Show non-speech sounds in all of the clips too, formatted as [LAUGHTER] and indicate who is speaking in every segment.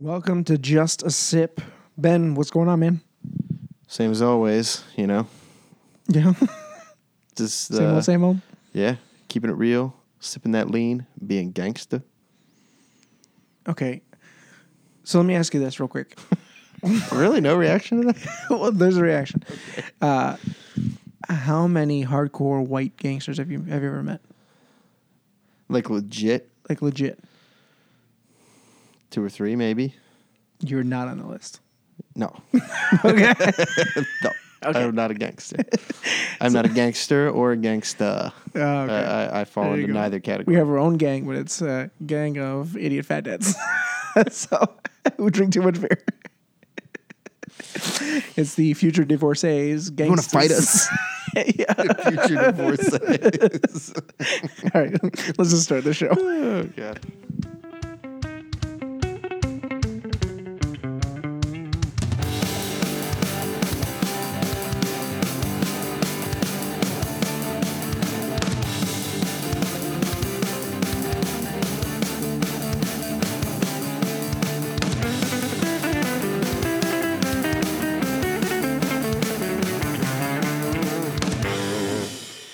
Speaker 1: Welcome to Just a Sip. Ben, what's going on, man? [LAUGHS]
Speaker 2: Same as always, you know.
Speaker 1: Yeah.
Speaker 2: Just
Speaker 1: same
Speaker 2: uh,
Speaker 1: old, same old.
Speaker 2: yeah, keeping it real, sipping that lean, being gangster.
Speaker 1: Okay. So let me ask you this real quick. [LAUGHS]
Speaker 2: really, no reaction to that?
Speaker 1: well, there's a reaction. Uh, how many hardcore white gangsters have you have you ever met?
Speaker 2: Like legit,
Speaker 1: Like legit.
Speaker 2: two or three maybe.
Speaker 1: You're not on the list.
Speaker 2: No,
Speaker 1: [LAUGHS] Okay.
Speaker 2: [LAUGHS] no, I'm not a gangster. I'm not a gangster or a gangsta.
Speaker 1: Oh, okay.
Speaker 2: I, I, I fall
Speaker 1: There you
Speaker 2: into
Speaker 1: go.
Speaker 2: neither
Speaker 1: we
Speaker 2: category.
Speaker 1: have our own gang, but it's a gang of idiot fat dads. [LAUGHS] so [LAUGHS] who drink too much beer. [LAUGHS] it's the future divorcees. You
Speaker 2: wanna fight us?
Speaker 1: [LAUGHS] yeah.
Speaker 2: [LAUGHS]
Speaker 1: [LAUGHS]
Speaker 2: Future divorce. [LAUGHS]
Speaker 1: All right. [LAUGHS] Let's just start the
Speaker 2: [SIGHS]
Speaker 1: show.
Speaker 2: oh god.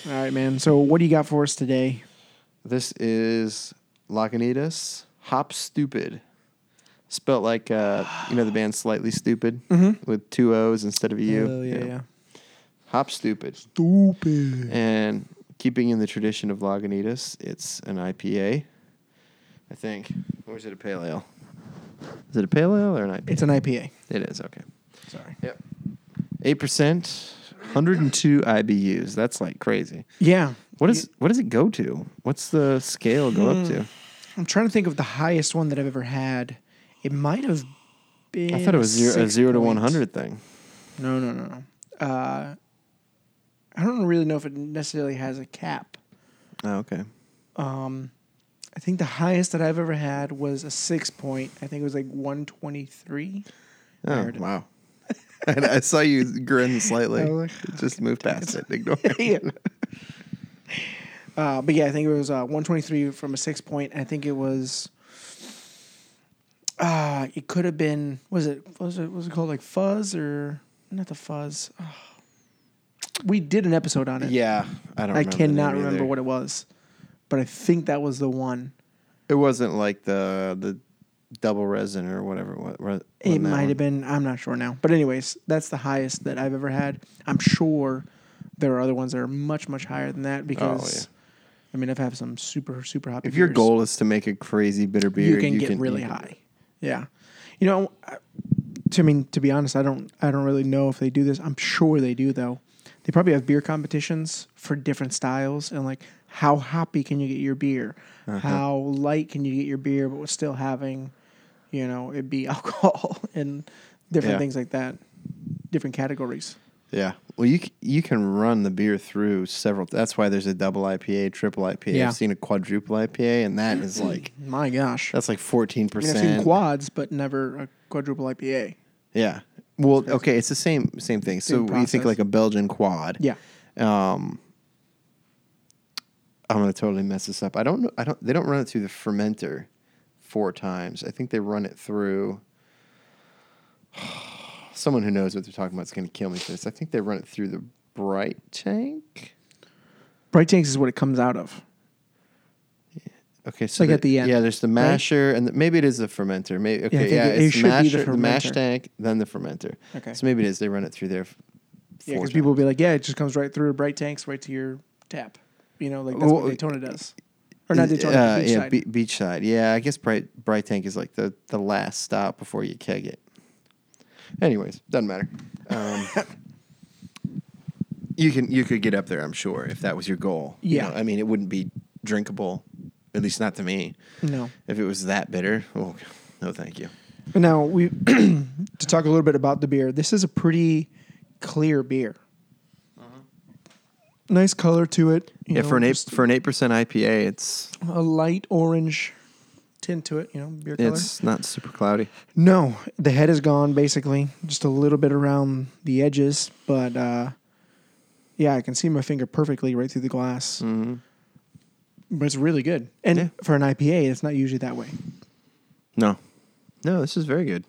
Speaker 1: All right, man. So what do you got for us today?
Speaker 2: This is Lagunitas Hop Stupid. Spelt like uh, you know the band Slightly Stupid with two O's instead of a U.
Speaker 1: Oh, Mm-hmm. yeah, yeah.
Speaker 2: Hop Stupid.
Speaker 1: Stupid.
Speaker 2: And keeping in the tradition of Lagunitas, it's an IPA. I think. Or is it a pale ale? Is it a pale ale or an IPA?
Speaker 1: It's an IPA.
Speaker 2: it is, okay.
Speaker 1: Sorry.
Speaker 2: Yep. 8%, 102 IBUs. That's like crazy.
Speaker 1: Yeah. Hmm.
Speaker 2: What is what does it go to? What's the scale go up to?
Speaker 1: I'm trying to think of the highest one that I've ever had. It might have been.
Speaker 2: I thought it was zero, a
Speaker 1: six
Speaker 2: zero to
Speaker 1: point-
Speaker 2: 100 thing.
Speaker 1: No, no, no, no. Uh, I don't really know if it necessarily has a cap.
Speaker 2: Oh, okay.
Speaker 1: Um, I think the highest that I've ever had was a six point. I think it was like 123.
Speaker 2: Oh,
Speaker 1: heard it.
Speaker 2: wow. [LAUGHS] and I saw you grin slightly.
Speaker 1: I was
Speaker 2: Just move past it. Ignore
Speaker 1: [LAUGHS] yeah. Uh, but yeah, I think it was uh, 123 from a six point. I think it was. Uh, it could have been. Was it? Was it? Was it called like fuzz or not the fuzz? Ah. We did an episode on it.
Speaker 2: Yeah, I don't.
Speaker 1: I
Speaker 2: remember the
Speaker 1: cannot
Speaker 2: name
Speaker 1: remember
Speaker 2: either.
Speaker 1: what it was, but I think that was the one.
Speaker 2: It wasn't like the the double resin or whatever it was. was
Speaker 1: it
Speaker 2: that
Speaker 1: might
Speaker 2: one?
Speaker 1: have been. I'm not sure now. But anyways, that's the highest that I've ever had. I'm sure there are other ones that are much much higher than that because. I mean, I've had some super, super hot.
Speaker 2: Oh, If your goal is to make a crazy bitter beer,
Speaker 1: you can get really
Speaker 2: you can-
Speaker 1: high. Yeah, you know, I, to I mean, to be honest, I don't, I don't really know if they do this. I'm sure they do though. They probably have beer competitions for different styles and like how hoppy can you get your beer, how light can you get your beer, but with still having, you know, it be [LAUGHS] alcohol and different
Speaker 2: Yeah.
Speaker 1: things like that, different categories.
Speaker 2: Yeah. Well, you c- you can run the beer through several. That's why there's a double IPA, triple IPA.
Speaker 1: Yeah. Mm.
Speaker 2: I've seen a quadruple IPA, and that is like
Speaker 1: My gosh,
Speaker 2: that's like fourteen
Speaker 1: I mean,
Speaker 2: percent.
Speaker 1: I've seen quads, but never a quadruple IPA.
Speaker 2: Yeah. Well, okay, it's the same same thing. So
Speaker 1: Same
Speaker 2: you think
Speaker 1: process.
Speaker 2: like a Belgian quad.
Speaker 1: Yeah,
Speaker 2: I'm gonna totally mess this up. I don't know. I don't. They don't run it through the fermenter four times. I think they run it through. [SIGHS] Someone who knows what they're talking about is gonna kill me for this. I think they run it through the bright tank.
Speaker 1: bright tanks is what it comes out of.
Speaker 2: Okay, so
Speaker 1: Like at the end,
Speaker 2: yeah, there's the masher, and the, maybe it is the fermenter. Maybe okay,
Speaker 1: think
Speaker 2: yeah,
Speaker 1: it- it
Speaker 2: it's
Speaker 1: should be
Speaker 2: masher,
Speaker 1: the
Speaker 2: the, mash
Speaker 1: fermenter.
Speaker 2: tank, then the fermenter.
Speaker 1: Okay.
Speaker 2: so maybe it is. They run it through there. f-
Speaker 1: Yeah,
Speaker 2: four
Speaker 1: because people will be like, yeah, it just comes right through bright tanks, right to your tap. You know, like that's
Speaker 2: Well,
Speaker 1: what Daytona does, or not Daytona,
Speaker 2: Uh,
Speaker 1: beachside.
Speaker 2: yeah, be- beachside. Yeah, I guess Bright Bright Tank is like the the last stop before you keg it. Anyways, doesn't matter. Um, [LAUGHS] you can you could get up there, I'm sure, if that was your goal. You
Speaker 1: Yeah.
Speaker 2: know, I mean, it wouldn't be drinkable, at least not to me.
Speaker 1: no.
Speaker 2: If it was that bitter, oh no, thank you.
Speaker 1: Now we [CLEARS THROAT] to talk a little bit about the beer. This is a pretty clear beer. Nice color to it. you
Speaker 2: Yeah,
Speaker 1: know,
Speaker 2: for an eight
Speaker 1: just
Speaker 2: for an eight percent IPA, it's
Speaker 1: a light orange tint to it. You know, beer color.
Speaker 2: it's not super cloudy.
Speaker 1: No, the head is gone basically, just a little bit around the edges, but uh, yeah, I can see my finger perfectly right through the glass. But it's really good, and
Speaker 2: Mm-hmm. Yeah.
Speaker 1: for an IPA, it's not usually that way.
Speaker 2: No, No, this is very good.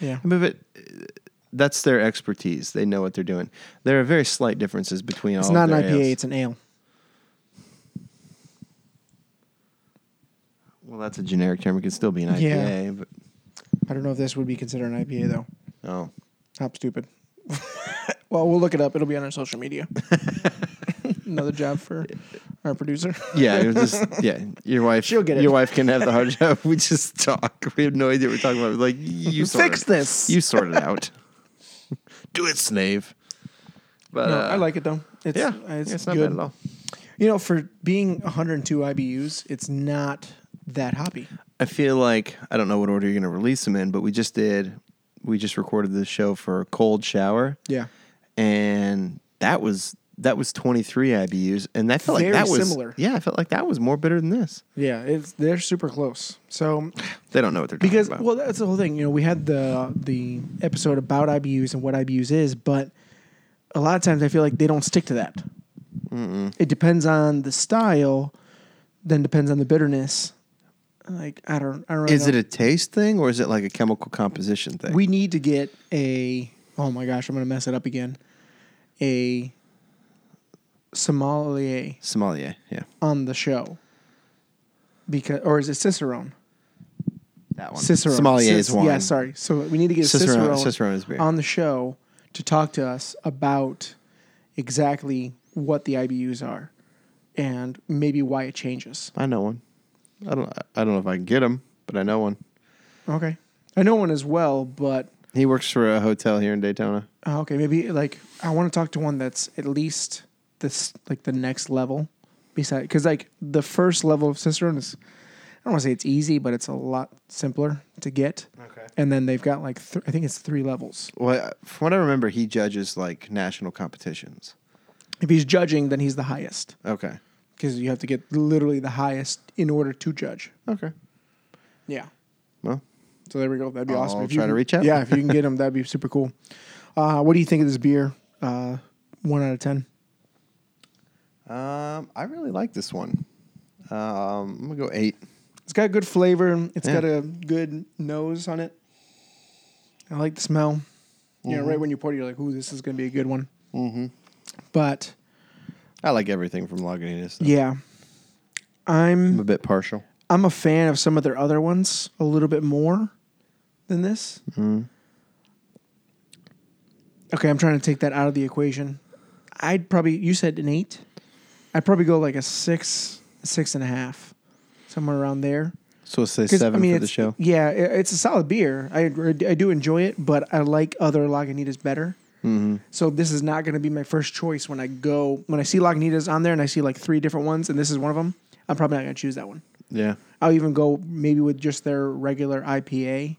Speaker 1: Yeah.
Speaker 2: I mean, but uh, that's their expertise. They know what they're doing. There are very slight differences between
Speaker 1: It's
Speaker 2: all.
Speaker 1: not
Speaker 2: of
Speaker 1: an
Speaker 2: their
Speaker 1: IPA,
Speaker 2: ales.
Speaker 1: it's an ale.
Speaker 2: well, that's a generic term. It could still be an IPA,
Speaker 1: Yeah.
Speaker 2: but
Speaker 1: I don't know if this would be considered an IPA though.
Speaker 2: oh,
Speaker 1: Hop stupid. [LAUGHS] well, we'll look it up. It'll be on our social
Speaker 2: [LAUGHS]
Speaker 1: media. Another job for our producer.
Speaker 2: yeah, it was
Speaker 1: [LAUGHS]
Speaker 2: just yeah. Your wife,
Speaker 1: She'll get it.
Speaker 2: Your wife can have the hard job. We just talk. We have no idea what we're talking about. We're like you sort
Speaker 1: Fix
Speaker 2: it-
Speaker 1: this.
Speaker 2: You sort it out. [LAUGHS] Do it, Snave. But
Speaker 1: No,
Speaker 2: uh,
Speaker 1: I like it though. It's,
Speaker 2: Yeah,
Speaker 1: it's,
Speaker 2: yeah, not
Speaker 1: good.
Speaker 2: bad at all.
Speaker 1: You know, for being 102 IBUs, it's not that hoppy.
Speaker 2: I feel like I don't know what order you're going to release them in, but we just did. We just recorded this show for Cold Shower.
Speaker 1: Yeah.
Speaker 2: and that was that was 23 IBUs, and I felt
Speaker 1: Very
Speaker 2: like that was
Speaker 1: similar.
Speaker 2: Yeah, I felt like that was more bitter than this.
Speaker 1: Yeah, it's they're super close. So
Speaker 2: They don't know what they're
Speaker 1: because
Speaker 2: talking
Speaker 1: well, that's the whole thing. You know, we had the the episode about IBUs and what IBUs is, but a lot of times I feel like they don't stick to that. It depends on the style, then depends on the bitterness. Like I don't, I don't. Really
Speaker 2: Is
Speaker 1: know.
Speaker 2: it a taste thing or is it like a chemical composition thing?
Speaker 1: we need to get a. Oh my gosh, I'm gonna mess it up again. A sommelier
Speaker 2: sommelier, yeah,
Speaker 1: on the show because, or is it Cicerone?
Speaker 2: that one.
Speaker 1: Cicerone.
Speaker 2: sommelier is
Speaker 1: Cic-
Speaker 2: wine.
Speaker 1: Yeah, sorry. So we need to get
Speaker 2: Cicerone-
Speaker 1: Cicerone,
Speaker 2: Cicerone is beer.
Speaker 1: on the show to talk to us about exactly what the IBUs are and maybe why it changes.
Speaker 2: I know one. I don't. I don't know if I can get him, but I know one.
Speaker 1: Okay. I know one as well, but
Speaker 2: He works for a hotel here in Daytona.
Speaker 1: uh, okay, maybe like I want to talk to one that's at least this like the next level beside cuz like the first level of Cicerone is I don't want to say it's easy, but it's a lot simpler to get.
Speaker 2: Okay.
Speaker 1: And then they've got like th- I think it's 3 levels.
Speaker 2: Well, from what I remember, he judges like national competitions.
Speaker 1: If he's judging, then he's the highest.
Speaker 2: Okay.
Speaker 1: because you have to get literally the highest in order to judge.
Speaker 2: Okay.
Speaker 1: Yeah.
Speaker 2: Well,
Speaker 1: So there we go. That'd be
Speaker 2: I'll
Speaker 1: awesome. If
Speaker 2: try
Speaker 1: you
Speaker 2: to
Speaker 1: can-
Speaker 2: reach out.
Speaker 1: Yeah, if you can get them, that'd be super cool. Uh, what do you think of this beer? Uh, one out of ten.
Speaker 2: um, I really like this one. Um, I'm gonna go eight.
Speaker 1: It's got good flavor. It's
Speaker 2: Yeah.
Speaker 1: got a good nose on it. I like the smell. You
Speaker 2: Mm-hmm.
Speaker 1: know, right when you pour it, you're like, "Ooh, this is gonna be a good one." Mm-hmm. But
Speaker 2: I like everything from Lagunitas. though.
Speaker 1: yeah, I'm
Speaker 2: I'm a bit partial.
Speaker 1: I'm a fan of some of their other ones a little bit more than this.
Speaker 2: Mm-hmm.
Speaker 1: Okay, I'm trying to take that out of the equation. I'd probably you said an eight. I'd probably go like a six, six and a half, somewhere around there.
Speaker 2: So let's say
Speaker 1: 'Cause,
Speaker 2: seven for the
Speaker 1: it's-
Speaker 2: show.
Speaker 1: Yeah, i- it's a solid beer. I I do enjoy it, but I like other Lagunitas better.
Speaker 2: Mm-hmm.
Speaker 1: So this is not going to be my first choice when I go when I see Lagunitas on there and I see like three different ones and this is one of them. I'm probably not going to choose that one.
Speaker 2: Yeah.
Speaker 1: I'll even go maybe with just their regular IPA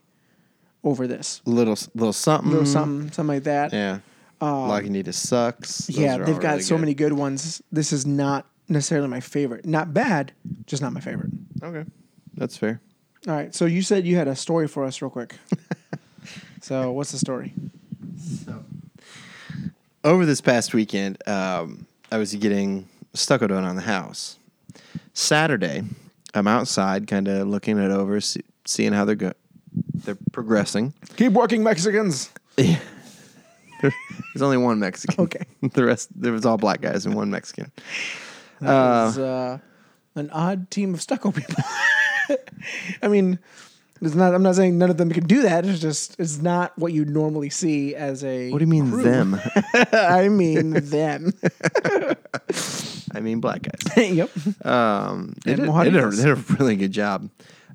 Speaker 1: over this.
Speaker 2: Little little something.
Speaker 1: Or something something like that.
Speaker 2: Mm-hmm. Yeah. Lagunitas sucks. Those
Speaker 1: Yeah,
Speaker 2: are all
Speaker 1: they've got
Speaker 2: really
Speaker 1: so
Speaker 2: good.
Speaker 1: many good ones. This is not necessarily my favorite. Not bad, just not my favorite.
Speaker 2: Okay. That's fair.
Speaker 1: All right. So you said you had a story for us real
Speaker 2: [LAUGHS]
Speaker 1: quick. so what's the story?
Speaker 2: Over this past weekend, um, I was getting stucco done on the house. Saturday, I'm outside, kind of looking it over, see, seeing how they're go- they're progressing.
Speaker 1: Keep working Mexicans.
Speaker 2: There's only one Mexican.
Speaker 1: [LAUGHS] Okay.
Speaker 2: [LAUGHS] the rest there was all black guys and one Mexican.
Speaker 1: That was, uh, an odd team of stucco people. [LAUGHS] I mean, it's not I'm not saying none of them could do that. It's just it's not what you normally see as a
Speaker 2: What do you mean them?
Speaker 1: [LAUGHS] I mean them.
Speaker 2: [LAUGHS] I mean black
Speaker 1: [LAUGHS]
Speaker 2: guys.
Speaker 1: yep.
Speaker 2: Um, they,
Speaker 1: And
Speaker 2: did, they, did a,
Speaker 1: mojitos.
Speaker 2: they did a really good job.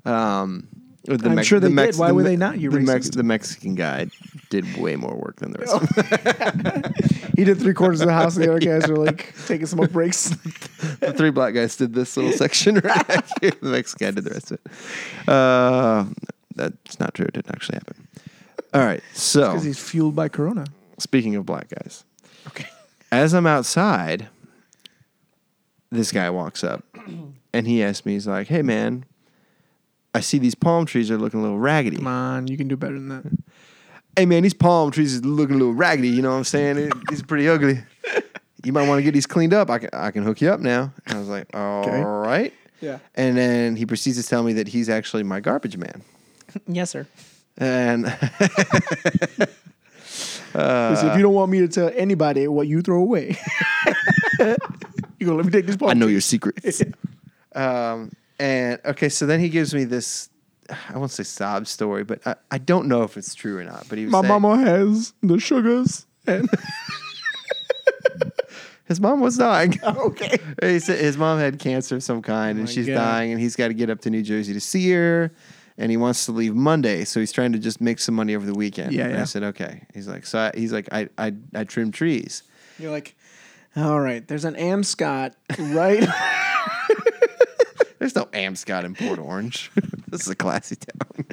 Speaker 2: Um, with the
Speaker 1: I'm sure they
Speaker 2: the
Speaker 1: did. Why
Speaker 2: the
Speaker 1: were
Speaker 2: Me-
Speaker 1: they not, you
Speaker 2: the,
Speaker 1: racist?
Speaker 2: the Mexican guy did way more work
Speaker 1: [LAUGHS]
Speaker 2: than the rest. of them.
Speaker 1: He did three quarters of the house, and the other [LAUGHS] guys were like taking smoke [LAUGHS] breaks.
Speaker 2: the three black guys did this little section right back here. The Mexican guy did the rest of it. Uh, that's not true. It didn't actually happen. All right. So
Speaker 1: Because he's fueled by Corona.
Speaker 2: speaking of black guys,
Speaker 1: Okay.
Speaker 2: as I'm outside, this guy walks up and he asks me, he's like, "Hey man, I see these palm trees are looking a little raggedy."
Speaker 1: Come on, you can do better than that.
Speaker 2: hey man, these palm trees is looking a little raggedy. You know what I'm saying? It, it's pretty ugly. You might want to get these cleaned up. I can, I can hook you up now. And I was like, all right.
Speaker 1: Yeah.
Speaker 2: And then he proceeds to tell me that he's actually my garbage man.
Speaker 1: [LAUGHS] Yes, sir.
Speaker 2: And
Speaker 1: Listen, if you don't want me to tell anybody what you throw [LAUGHS] away, you gonna let me take this
Speaker 2: [LAUGHS] I
Speaker 1: part?
Speaker 2: know your secrets. [LAUGHS] um, and okay, so then he gives me this. I won't say sob story, but I, I don't know if it's true or not. But he was
Speaker 1: My
Speaker 2: saying,
Speaker 1: mama has the sugars. And
Speaker 2: his mom was dying.
Speaker 1: [LAUGHS] okay.
Speaker 2: he said his mom had cancer of some kind, and
Speaker 1: Oh my
Speaker 2: she's
Speaker 1: God.
Speaker 2: dying, and he's got to get up to New Jersey to see her, and he wants to leave Monday, so he's trying to just make some money over the weekend.
Speaker 1: Yeah,
Speaker 2: and I
Speaker 1: yeah.
Speaker 2: said okay. He's like, so I, he's like, I I I trim trees.
Speaker 1: You're like, all right. There's an Am Scott [LAUGHS] right
Speaker 2: There's no Amscot in Port Orange. [LAUGHS] this is a classy town.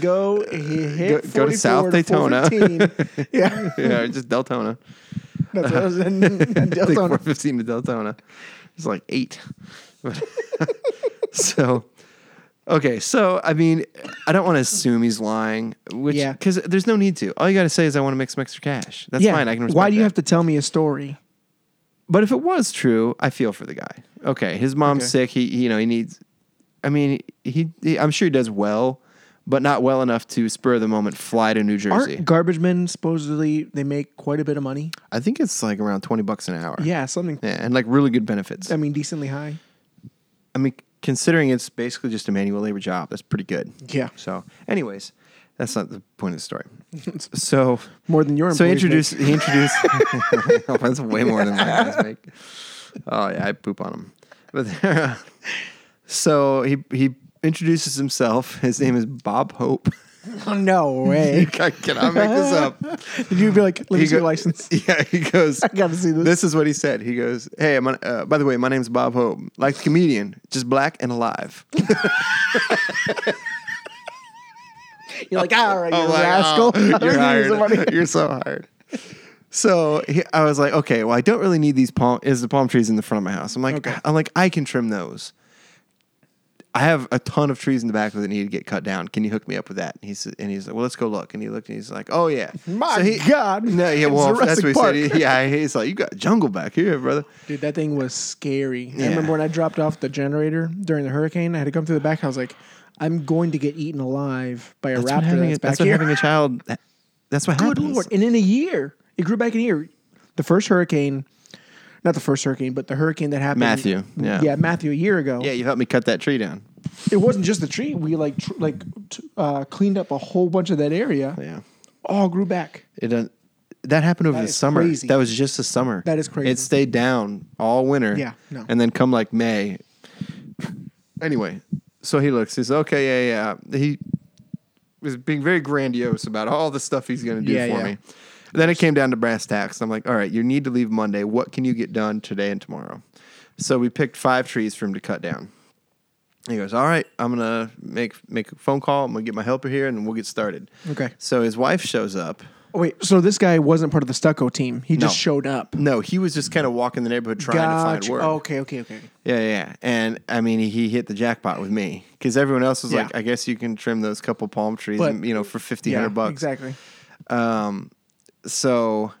Speaker 1: go he
Speaker 2: Go-
Speaker 1: hit
Speaker 2: go to
Speaker 1: 44
Speaker 2: South Daytona.
Speaker 1: 415. [LAUGHS] yeah.
Speaker 2: [LAUGHS] yeah, just Deltona.
Speaker 1: That's what I [LAUGHS] was in,
Speaker 2: [LAUGHS]
Speaker 1: in
Speaker 2: I think
Speaker 1: Deltona.
Speaker 2: 415 to Deltona. It's like eight. [LAUGHS] so, okay. So, I mean, I don't want to assume he's lying, which,
Speaker 1: Yeah.
Speaker 2: because there's no need to. All you got to say is, I want to make some extra cash. That's fine. I can respect
Speaker 1: Why do you
Speaker 2: that.
Speaker 1: have to tell me a story?
Speaker 2: But if it was true, I feel for the guy. Okay. His mom's
Speaker 1: Okay.
Speaker 2: sick. He, you know, he needs, I mean, he, he, I'm sure he does well, but not well enough to spur the moment fly to New Jersey.
Speaker 1: Aren't garbage men supposedly they make quite a bit of money?
Speaker 2: I think it's like around 20 bucks an hour.
Speaker 1: Yeah, something.
Speaker 2: Yeah, and like really good benefits.
Speaker 1: I mean, decently high.
Speaker 2: I mean, considering it's basically just a manual labor job, that's pretty good.
Speaker 1: Yeah.
Speaker 2: So, anyways, that's not the point of
Speaker 1: [LAUGHS]
Speaker 2: the story. so,
Speaker 1: More than your
Speaker 2: so he
Speaker 1: employees make.
Speaker 2: introduced he introduced. [LAUGHS] Oh, that's way more than my guys make. Oh yeah, I poop on him. But [LAUGHS] there, so he he introduces himself. His name is Bob Hope.
Speaker 1: [LAUGHS]
Speaker 2: [LAUGHS]
Speaker 1: Oh, no [LAUGHS] way.
Speaker 2: I cannot make this
Speaker 1: [LAUGHS]
Speaker 2: up.
Speaker 1: Did you be like, let me
Speaker 2: He
Speaker 1: see your
Speaker 2: go-
Speaker 1: license?
Speaker 2: [LAUGHS] Yeah, he
Speaker 1: [LAUGHS]
Speaker 2: goes. I
Speaker 1: gotta see this.
Speaker 2: This is what he said. He goes, "Hey, my, uh, by the way, my name's Bob Hope. Like the comedian, just black and alive."
Speaker 1: You're like, all right, you
Speaker 2: I'm like,
Speaker 1: rascal. [LAUGHS]
Speaker 2: "Oh, [LAUGHS] you're hired. [LAUGHS] you're so hired. So he, I was like, okay, well, I don't really need these palm. Is the palm trees in the front of my house? I'm like,
Speaker 1: Okay.
Speaker 2: I'm like, I can trim those. I have a ton of trees in the back that need to get cut down. Can you hook me up with that? And he said, and he's like, well, let's go look. And he looked, and he's like, oh yeah,
Speaker 1: [LAUGHS] My
Speaker 2: So he-
Speaker 1: God.
Speaker 2: [LAUGHS] no, yeah,
Speaker 1: It's
Speaker 2: well, that's
Speaker 1: Jurassic
Speaker 2: what he
Speaker 1: Park.
Speaker 2: said. He- yeah, he's like, you got jungle back here, brother.
Speaker 1: Dude, that thing was scary.
Speaker 2: Yeah.
Speaker 1: I remember when I dropped off the generator during the hurricane, I had to come through the back. I was like, I'm going to get eaten alive by a
Speaker 2: That's what
Speaker 1: raptor
Speaker 2: having,
Speaker 1: that's
Speaker 2: a,
Speaker 1: back
Speaker 2: that's what
Speaker 1: here.
Speaker 2: having a child. That's what
Speaker 1: Good
Speaker 2: happens.
Speaker 1: lord! And in a year, it grew back in a year. The first hurricane, not the first hurricane, but the hurricane that happened.
Speaker 2: Matthew, yeah.
Speaker 1: yeah, Matthew, a year ago.
Speaker 2: Yeah, you helped me cut that tree down.
Speaker 1: It wasn't just the tree. We like tr- like t- uh, cleaned up a whole bunch of that area.
Speaker 2: Yeah.
Speaker 1: All grew back.
Speaker 2: It doesn't. That happened over the
Speaker 1: is
Speaker 2: summer.
Speaker 1: crazy.
Speaker 2: That was just the summer.
Speaker 1: That is crazy.
Speaker 2: It stayed down all winter.
Speaker 1: Yeah, no.
Speaker 2: And then come like May. Anyway, so he looks. He's okay. Yeah, yeah. He was being very grandiose about all the stuff he's going to do
Speaker 1: Yeah,
Speaker 2: for
Speaker 1: yeah.
Speaker 2: me. Then it came down to brass tacks. I'm like, all right, you need to leave Monday. What can you get done today and tomorrow? So we picked five trees for him to cut down. He goes, all right, I'm gonna make make a phone call. I'm gonna get my helper here, and we'll get started.
Speaker 1: Okay.
Speaker 2: So his wife shows up.
Speaker 1: Oh, wait, so this guy wasn't part of the stucco team. He just
Speaker 2: No.
Speaker 1: showed up.
Speaker 2: No, he was just kind of walking the neighborhood trying to find
Speaker 1: Gotcha. Oh.
Speaker 2: work.
Speaker 1: Okay, okay, okay.
Speaker 2: Yeah, yeah, yeah. And I mean, he hit the jackpot with me because everyone else was like,
Speaker 1: Yeah.
Speaker 2: I guess you can trim those couple palm trees,
Speaker 1: But-
Speaker 2: and, you know, for 50,
Speaker 1: Yeah,
Speaker 2: 100 bucks.
Speaker 1: exactly.
Speaker 2: So,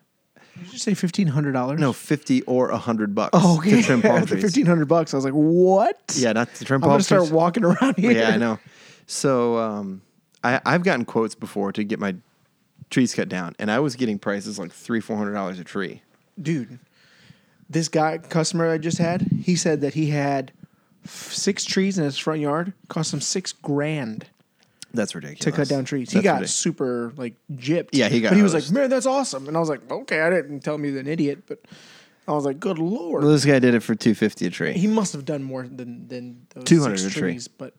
Speaker 1: Did you say fifteen hundred dollars?
Speaker 2: no, 50 or 100 bucks
Speaker 1: Oh, okay. [LAUGHS]
Speaker 2: to trim palm trees.
Speaker 1: fifteen hundred bucks. I was like, what?
Speaker 2: Yeah, not to trim
Speaker 1: I'm
Speaker 2: palm
Speaker 1: gonna start
Speaker 2: trees.
Speaker 1: walking around here.
Speaker 2: yeah, I know. So, um, I, I've gotten quotes before to get my trees cut down, and I was getting prices like three, four hundred dollars a tree.
Speaker 1: dude, this guy customer I just had, he said that he had f- six trees in his front yard, cost him six grand
Speaker 2: That's ridiculous.
Speaker 1: to cut down trees. He
Speaker 2: That's
Speaker 1: got
Speaker 2: ridiculous.
Speaker 1: super like gypped.
Speaker 2: Yeah, he got
Speaker 1: But he was like,
Speaker 2: hosed.
Speaker 1: man, that's awesome. And I was like, okay, I didn't tell me he was an idiot, but I was like, good lord,
Speaker 2: Well, this guy did it for two fifty a tree.
Speaker 1: he must have done more than than those
Speaker 2: 200
Speaker 1: six
Speaker 2: a tree.
Speaker 1: trees. But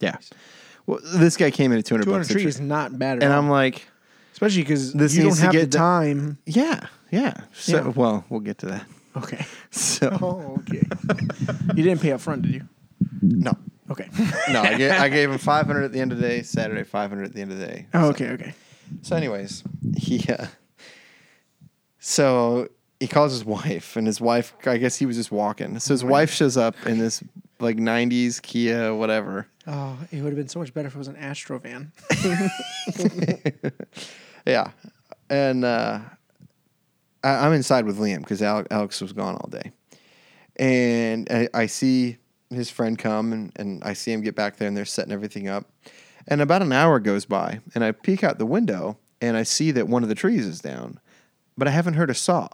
Speaker 2: Yeah. Well, this guy came in at 200,
Speaker 1: two
Speaker 2: bucks
Speaker 1: hundred
Speaker 2: a
Speaker 1: trees
Speaker 2: tree.
Speaker 1: is not bad at
Speaker 2: And
Speaker 1: all,
Speaker 2: I'm like,
Speaker 1: especially because
Speaker 2: this
Speaker 1: you don't
Speaker 2: needs to
Speaker 1: have the
Speaker 2: get done.
Speaker 1: time.
Speaker 2: yeah, yeah. So,
Speaker 1: Yeah.
Speaker 2: well, we'll get to that. [LAUGHS]
Speaker 1: Okay.
Speaker 2: So,
Speaker 1: [LAUGHS] Oh, okay. you didn't pay up front, did you?
Speaker 2: no,
Speaker 1: Okay. [LAUGHS]
Speaker 2: no, I gave, I gave him 500 at the end of the day, Saturday, 500 at the end of the day.
Speaker 1: Oh, okay. Okay.
Speaker 2: So, anyways, he, uh, so he calls his wife, and his wife, I guess he was just walking. So, his wife shows up in this like 90s Kia, whatever.
Speaker 1: Oh, it would have been so much better if it was an Astro van. [LAUGHS]
Speaker 2: Yeah. And uh, I, I'm inside with Liam because Alex was gone all day. And I, I see his friend come and, and I see him get back there and they're setting everything up. And about an hour goes by, and I peek out the window and I see that one of the trees is down, but I haven't heard a saw.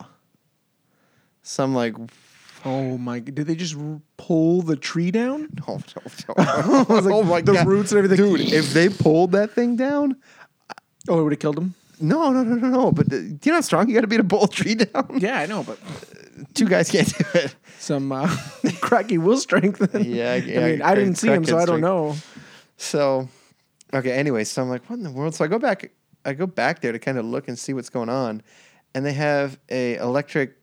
Speaker 2: So I'm like, [LAUGHS]
Speaker 1: Oh my! Did they just r- pull the tree down? [LAUGHS]
Speaker 2: oh, no, no.
Speaker 1: was like,
Speaker 2: oh my
Speaker 1: the
Speaker 2: God.
Speaker 1: roots and everything.
Speaker 2: Dude, [LAUGHS] if they pulled that thing down,
Speaker 1: Oh, it would have killed him.
Speaker 2: no, no, no, no, no. But uh, you know how strong you got to be to pull a tree [LAUGHS] down?
Speaker 1: [LAUGHS] Yeah, I know, but
Speaker 2: Two guys can't do it.
Speaker 1: [LAUGHS] some uh, [LAUGHS] cracky will strengthen.
Speaker 2: Yeah,
Speaker 1: [LAUGHS]
Speaker 2: yeah,
Speaker 1: I mean, I didn't see him,
Speaker 2: crackhead
Speaker 1: so I don't
Speaker 2: strength.
Speaker 1: know.
Speaker 2: So, okay. Anyway, so I'm like, what in the world? So I go back, I go back there to kind of look and see what's going on, and they have a electric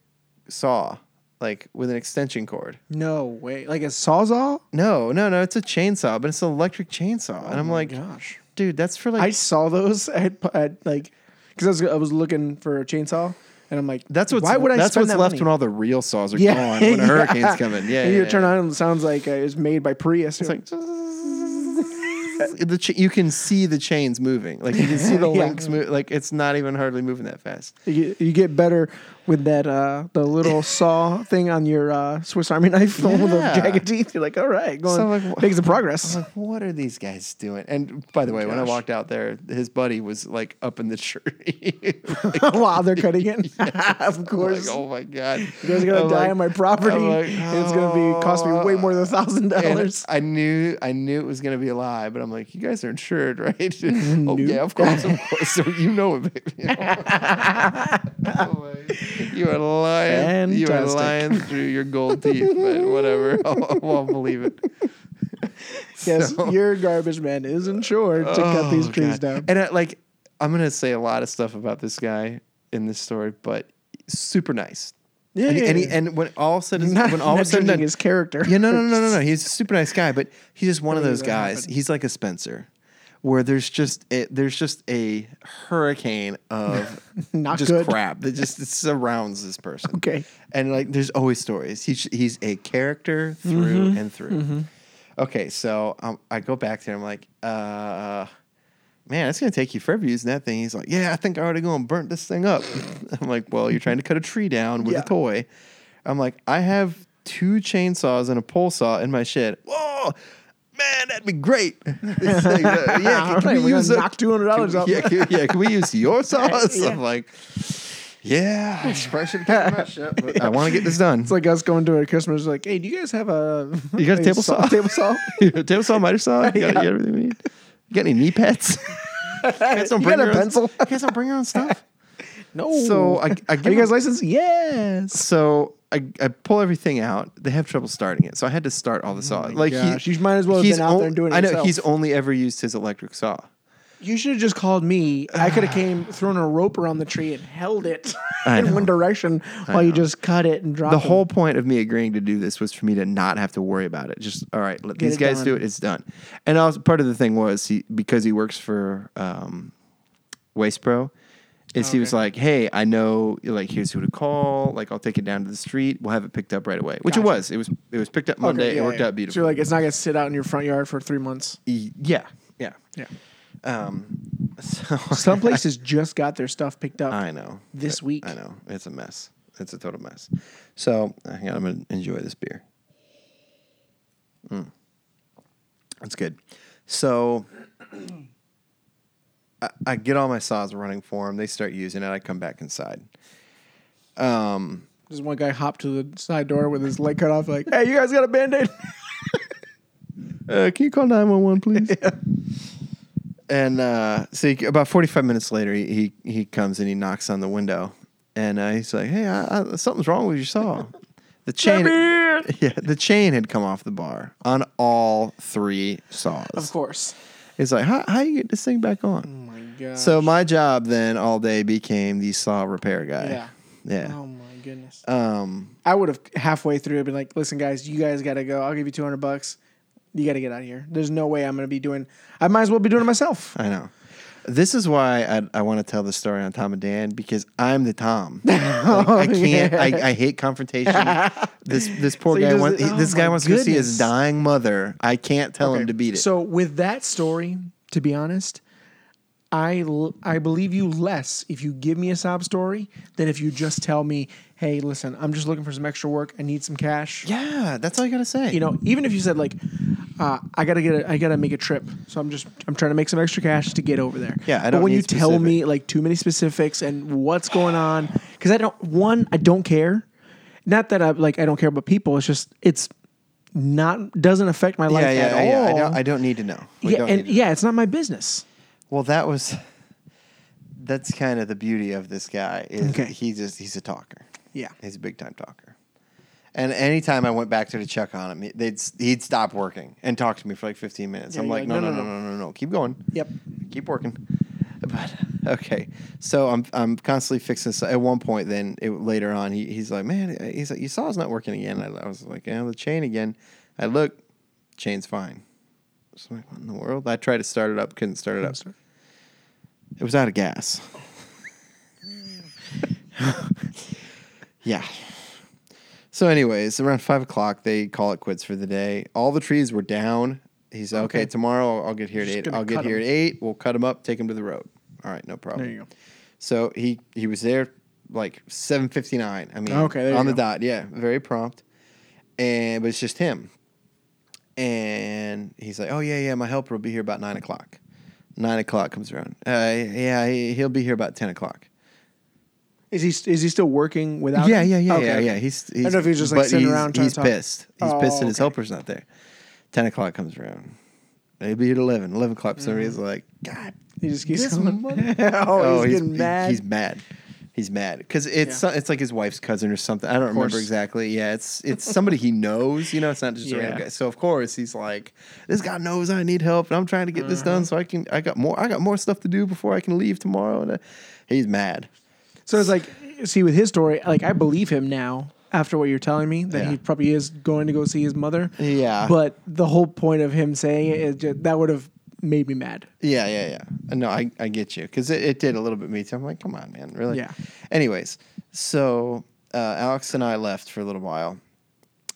Speaker 2: saw, like with an extension cord.
Speaker 1: No way! Like a sawzall?
Speaker 2: No, no, no. It's a chainsaw, but it's an electric chainsaw, and I'm
Speaker 1: Oh my
Speaker 2: like,
Speaker 1: gosh.
Speaker 2: dude, that's for like.
Speaker 1: I saw those [LAUGHS] at, at like because I was I was looking for a chainsaw and I'm like,
Speaker 2: that's what's
Speaker 1: why would I
Speaker 2: that's
Speaker 1: spend
Speaker 2: what's
Speaker 1: that
Speaker 2: left
Speaker 1: money?
Speaker 2: when all the real saws are gone
Speaker 1: [LAUGHS]
Speaker 2: when a hurricane's coming. Yeah,
Speaker 1: and
Speaker 2: yeah,
Speaker 1: you turn
Speaker 2: yeah.
Speaker 1: on and it sounds like uh, it's made by Prius.
Speaker 2: It's like [LAUGHS] the cha- you can see the chains moving, like you can see
Speaker 1: [LAUGHS]
Speaker 2: the
Speaker 1: Yeah.
Speaker 2: links move. Like it's not even hardly moving that fast.
Speaker 1: you, get- you get better with that uh, the
Speaker 2: [LAUGHS]
Speaker 1: little saw thing on your uh, Swiss Army knife, [LAUGHS] the one with the
Speaker 2: Yeah.
Speaker 1: jagged teeth. You're like, all right, going
Speaker 2: So, like, wha-
Speaker 1: makes some progress.
Speaker 2: I'm like, what are these guys doing? And by the way, when I
Speaker 1: Gosh.
Speaker 2: walked out there, his buddy was like up in the [LAUGHS] tree.
Speaker 1: [LAUGHS] wow, they're cutting
Speaker 2: [LAUGHS]
Speaker 1: it. of course,
Speaker 2: like, oh my god, you
Speaker 1: you guys are gonna die on my property.
Speaker 2: like,
Speaker 1: and [LAUGHS] it's gonna be cost me way more than a thousand
Speaker 2: [LAUGHS]
Speaker 1: dollars.
Speaker 2: I knew, I knew it was gonna be a lie, but I'm like, you guys are insured, [LAUGHS]
Speaker 1: [LAUGHS]
Speaker 2: right? oh yeah, of course, of course. So you know it, baby. [LAUGHS] Oh, my- you are lying. You are
Speaker 1: Fantastic.
Speaker 2: lying through your gold teeth, but whatever. [LAUGHS] I won't believe it.
Speaker 1: Yes,
Speaker 2: So-
Speaker 1: your garbage man is insured to cut these
Speaker 2: Oh,
Speaker 1: trees
Speaker 2: God.
Speaker 1: down.
Speaker 2: And I, like, I'm gonna say a lot of stuff about this guy in this story, but super nice.
Speaker 1: Yeah,
Speaker 2: And, he- and, he,
Speaker 1: yeah, yeah.
Speaker 2: and when all said
Speaker 1: [LAUGHS]
Speaker 2: and
Speaker 1: not,
Speaker 2: when all
Speaker 1: not
Speaker 2: was said and
Speaker 1: judging
Speaker 2: done,
Speaker 1: his character.
Speaker 2: yeah, no, no, no,
Speaker 1: [LAUGHS]
Speaker 2: no, no. He's a super nice guy, but he's just one of
Speaker 1: Totally
Speaker 2: those
Speaker 1: that
Speaker 2: guys.
Speaker 1: happened.
Speaker 2: He's like a Spencer, where there's just a, there's just a hurricane of
Speaker 1: [LAUGHS] Not
Speaker 2: just
Speaker 1: good.
Speaker 2: crap that just surrounds this person.
Speaker 1: Okay.
Speaker 2: and like there's always stories. He's he's a character through
Speaker 1: Mm-hmm.
Speaker 2: and through. Okay, so um, I go back to him like, uh, man, it's gonna take you forever using that thing. He's like, yeah, I think I already go and burnt this thing up. [LAUGHS] I'm like, well, you're trying to cut a tree down with
Speaker 1: Yeah.
Speaker 2: a toy. I'm like, I have two chainsaws and a pole saw in my shed. Whoa. Man, that'd be great. [LAUGHS] It's like, uh, yeah,
Speaker 1: All
Speaker 2: can, can
Speaker 1: [LAUGHS] right,
Speaker 2: we
Speaker 1: we're
Speaker 2: use
Speaker 1: gonna
Speaker 2: a-
Speaker 1: knock $200 [LAUGHS]
Speaker 2: can-
Speaker 1: off.
Speaker 2: Yeah, can, yeah, can we
Speaker 1: [LAUGHS]
Speaker 2: use your saws?
Speaker 1: Yeah.
Speaker 2: I'm like, yeah, I probably should have kept my shut, but [LAUGHS] I want to get this done.
Speaker 1: It's like us going to a Christmas, like, hey, do you guys have a
Speaker 2: You got
Speaker 1: [LAUGHS]
Speaker 2: a
Speaker 1: a
Speaker 2: table saw?
Speaker 1: Table saw?
Speaker 2: table saw, miter saw, you got, you got everything we need. You got any knee
Speaker 1: [LAUGHS]
Speaker 2: pads? you guys don't
Speaker 1: You got a
Speaker 2: your own-
Speaker 1: pencil?
Speaker 2: You guys don't bring your
Speaker 1: [LAUGHS]
Speaker 2: own stuff.
Speaker 1: No.
Speaker 2: [LAUGHS] So I- I
Speaker 1: are
Speaker 2: give
Speaker 1: you guys
Speaker 2: him-
Speaker 1: licensed? Yes.
Speaker 2: So I, I pull everything out. They have trouble starting it, so I had to start all the saw. like
Speaker 1: Oh gosh, you might as well have
Speaker 2: he's
Speaker 1: been out there and doing it
Speaker 2: I know
Speaker 1: yourself.
Speaker 2: he's only ever used his electric saw.
Speaker 1: You should have just called me. I
Speaker 2: [SIGHS]
Speaker 1: could have came, thrown a rope around the tree, and held it
Speaker 2: I
Speaker 1: [LAUGHS] in
Speaker 2: know.
Speaker 1: one direction while you just cut it and dropped
Speaker 2: The whole point of me agreeing to do this was for me to not have to worry about it. Just all right, let these
Speaker 1: it
Speaker 2: guys
Speaker 1: done.
Speaker 2: do it. It's done. And also part of the thing was he because he works for um, Waste Pro, is he was like, hey, I know, like here's who to call. Like I'll take it down to the street. We'll have it picked up right away. Which it
Speaker 1: Gotcha.
Speaker 2: was. It was it was picked up Monday. it worked out
Speaker 1: So
Speaker 2: beautiful.
Speaker 1: you're like, it's not gonna sit out in your front yard for three months.
Speaker 2: E- yeah, yeah. [LAUGHS]
Speaker 1: Yeah.
Speaker 2: Um, so
Speaker 1: Some places just got their stuff picked up
Speaker 2: I know
Speaker 1: this week.
Speaker 2: I know it's a mess. It's a total mess. So hang on, I'm gonna enjoy this beer. Mm. That's good. So [CLEARS THROAT] I, I get all my saws running for them. They start using it. I come back inside.
Speaker 1: This one guy hopped to the side door with his leg cut off, like, [LAUGHS] hey, you guys got a band aid?
Speaker 2: [LAUGHS] Uh, can you call nine one
Speaker 1: [LAUGHS]
Speaker 2: one, please? And uh, so he, about forty five minutes later, he, he he comes and he knocks on the window, and uh, he's like, "Hey, I, I, something's wrong with
Speaker 1: [LAUGHS]
Speaker 2: your saw." The chain,
Speaker 1: Jimmy!
Speaker 2: yeah, the chain had come off the bar on all three saws.
Speaker 1: of course. Oh
Speaker 2: It's like, how how you get this thing back on?
Speaker 1: my god.
Speaker 2: So my job then all day became the saw repair guy.
Speaker 1: Yeah.
Speaker 2: yeah.
Speaker 1: Oh my goodness.
Speaker 2: Um,
Speaker 1: I would have halfway through been like, listen, guys, you guys got to go. I'll give you 200 bucks. You got to get out of here. There's no way I'm going to be doing, I might as well be doing it myself.
Speaker 2: I know. This is why I, I want to tell the story on Tom and Dan because I'm
Speaker 1: [LAUGHS]
Speaker 2: the Tom. Like, I can't. I, I hate confrontation. this this poor
Speaker 1: So you
Speaker 2: guy
Speaker 1: just-
Speaker 2: wants.
Speaker 1: oh
Speaker 2: this guy
Speaker 1: my
Speaker 2: wants to go see his
Speaker 1: goodness.
Speaker 2: dying mother. I can't tell him to beat it.
Speaker 1: So with that story, to be honest, I, l- I believe you less if you give me a sob story than if you just tell me, hey, listen, I'm just looking for some extra work. I need some cash.
Speaker 2: yeah, that's all you gotta say.
Speaker 1: You know, even if you said like, uh, I gotta get, a, I gotta make a trip. So I'm just, I'm trying to make some extra cash to get over there.
Speaker 2: Yeah, I
Speaker 1: But
Speaker 2: don't
Speaker 1: when
Speaker 2: need
Speaker 1: you tell me like too many specifics and what's going on, because I don't, one, I don't care. Not that I like, I don't care about people. It's just, it's not doesn't affect my life
Speaker 2: yeah, yeah,
Speaker 1: at
Speaker 2: yeah.
Speaker 1: all.
Speaker 2: I don't, I don't need to know. We
Speaker 1: yeah,
Speaker 2: don't
Speaker 1: and
Speaker 2: need to-
Speaker 1: yeah, it's not my business.
Speaker 2: Well, that was. That's kind of the beauty of this guy. Is
Speaker 1: Okay.
Speaker 2: He just he's a talker.
Speaker 1: Yeah.
Speaker 2: He's a big time talker. And anytime I went back there to check on him, he- they'd s- he'd stop working and talk to me for like 15 minutes.
Speaker 1: Yeah,
Speaker 2: I'm
Speaker 1: you're
Speaker 2: like, no, no, no, no, no, no, no, keep going.
Speaker 1: Yep.
Speaker 2: keep working. But okay, so I'm I'm constantly fixing. So at one point, then it, later on, he, he's like, "Man, uh, he's like, you saw it's not working again." I, I was like, "Yeah, the chain again." I look, chain's fine. So I'm like, "What in the world?" I tried to start it up, couldn't start it up.
Speaker 1: start.
Speaker 2: It was out of gas. yeah. So, anyways, around five o'clock, they call it quits for the day. All the trees were down. He said, "Okay,
Speaker 1: Okay.
Speaker 2: tomorrow I'll- I'll get here at
Speaker 1: Just
Speaker 2: eight.
Speaker 1: gonna
Speaker 2: I'll get
Speaker 1: cut
Speaker 2: here
Speaker 1: 'em.
Speaker 2: at eight. We'll cut them up, take them to the road. All right, no problem."
Speaker 1: There you go.
Speaker 2: So he he was there like seven fifty nine. I mean,
Speaker 1: Okay, there you
Speaker 2: on the
Speaker 1: go.
Speaker 2: dot. Yeah, very prompt. And but it's just him. And he's like, "Oh yeah, yeah, my helper will be here about nine o'clock." Nine o'clock comes around. Uh, yeah, he- he'll be here about ten o'clock.
Speaker 1: Is he is he still working without?
Speaker 2: Yeah,
Speaker 1: him?
Speaker 2: yeah, yeah,
Speaker 1: Okay,
Speaker 2: yeah,
Speaker 1: okay.
Speaker 2: yeah. He's, he's
Speaker 1: know if he was just, like,
Speaker 2: but
Speaker 1: sitting
Speaker 2: he's-
Speaker 1: around trying
Speaker 2: he's
Speaker 1: to talk.
Speaker 2: pissed. He's
Speaker 1: Oh,
Speaker 2: pissed that his
Speaker 1: okay.
Speaker 2: helper's not there. Ten o'clock comes around. Maybe at eleven. Eleven o'clock.
Speaker 1: Mm.
Speaker 2: Somebody's like, God,
Speaker 1: He just keeps
Speaker 2: This
Speaker 1: going. [LAUGHS]
Speaker 2: mother-
Speaker 1: oh, he's, getting
Speaker 2: he-
Speaker 1: mad.
Speaker 2: He's mad. He's mad because it's so- it's like his wife's cousin or something. I don't remember
Speaker 1: course.
Speaker 2: exactly. Yeah, it's it's somebody he knows. You know, it's not just a random
Speaker 1: Yeah.
Speaker 2: guy. So of course he's like, this guy knows I need help, and I'm trying to get this
Speaker 1: Mm-hmm.
Speaker 2: done so I can. I got more. I got more stuff to do before I can leave tomorrow. And uh, he's mad.
Speaker 1: so it's like, see, with his story, like I believe him now after what you're telling me that
Speaker 2: Yeah.
Speaker 1: he probably is going to go see his mother.
Speaker 2: Yeah.
Speaker 1: But the whole point of him saying it is just, that would have made me mad.
Speaker 2: Yeah, yeah, yeah. Uh, No, I, I get you because it, it did a little bit me too. I'm like, come on, man, really.
Speaker 1: Yeah.
Speaker 2: Anyways, so uh, Alex and I left for a little while,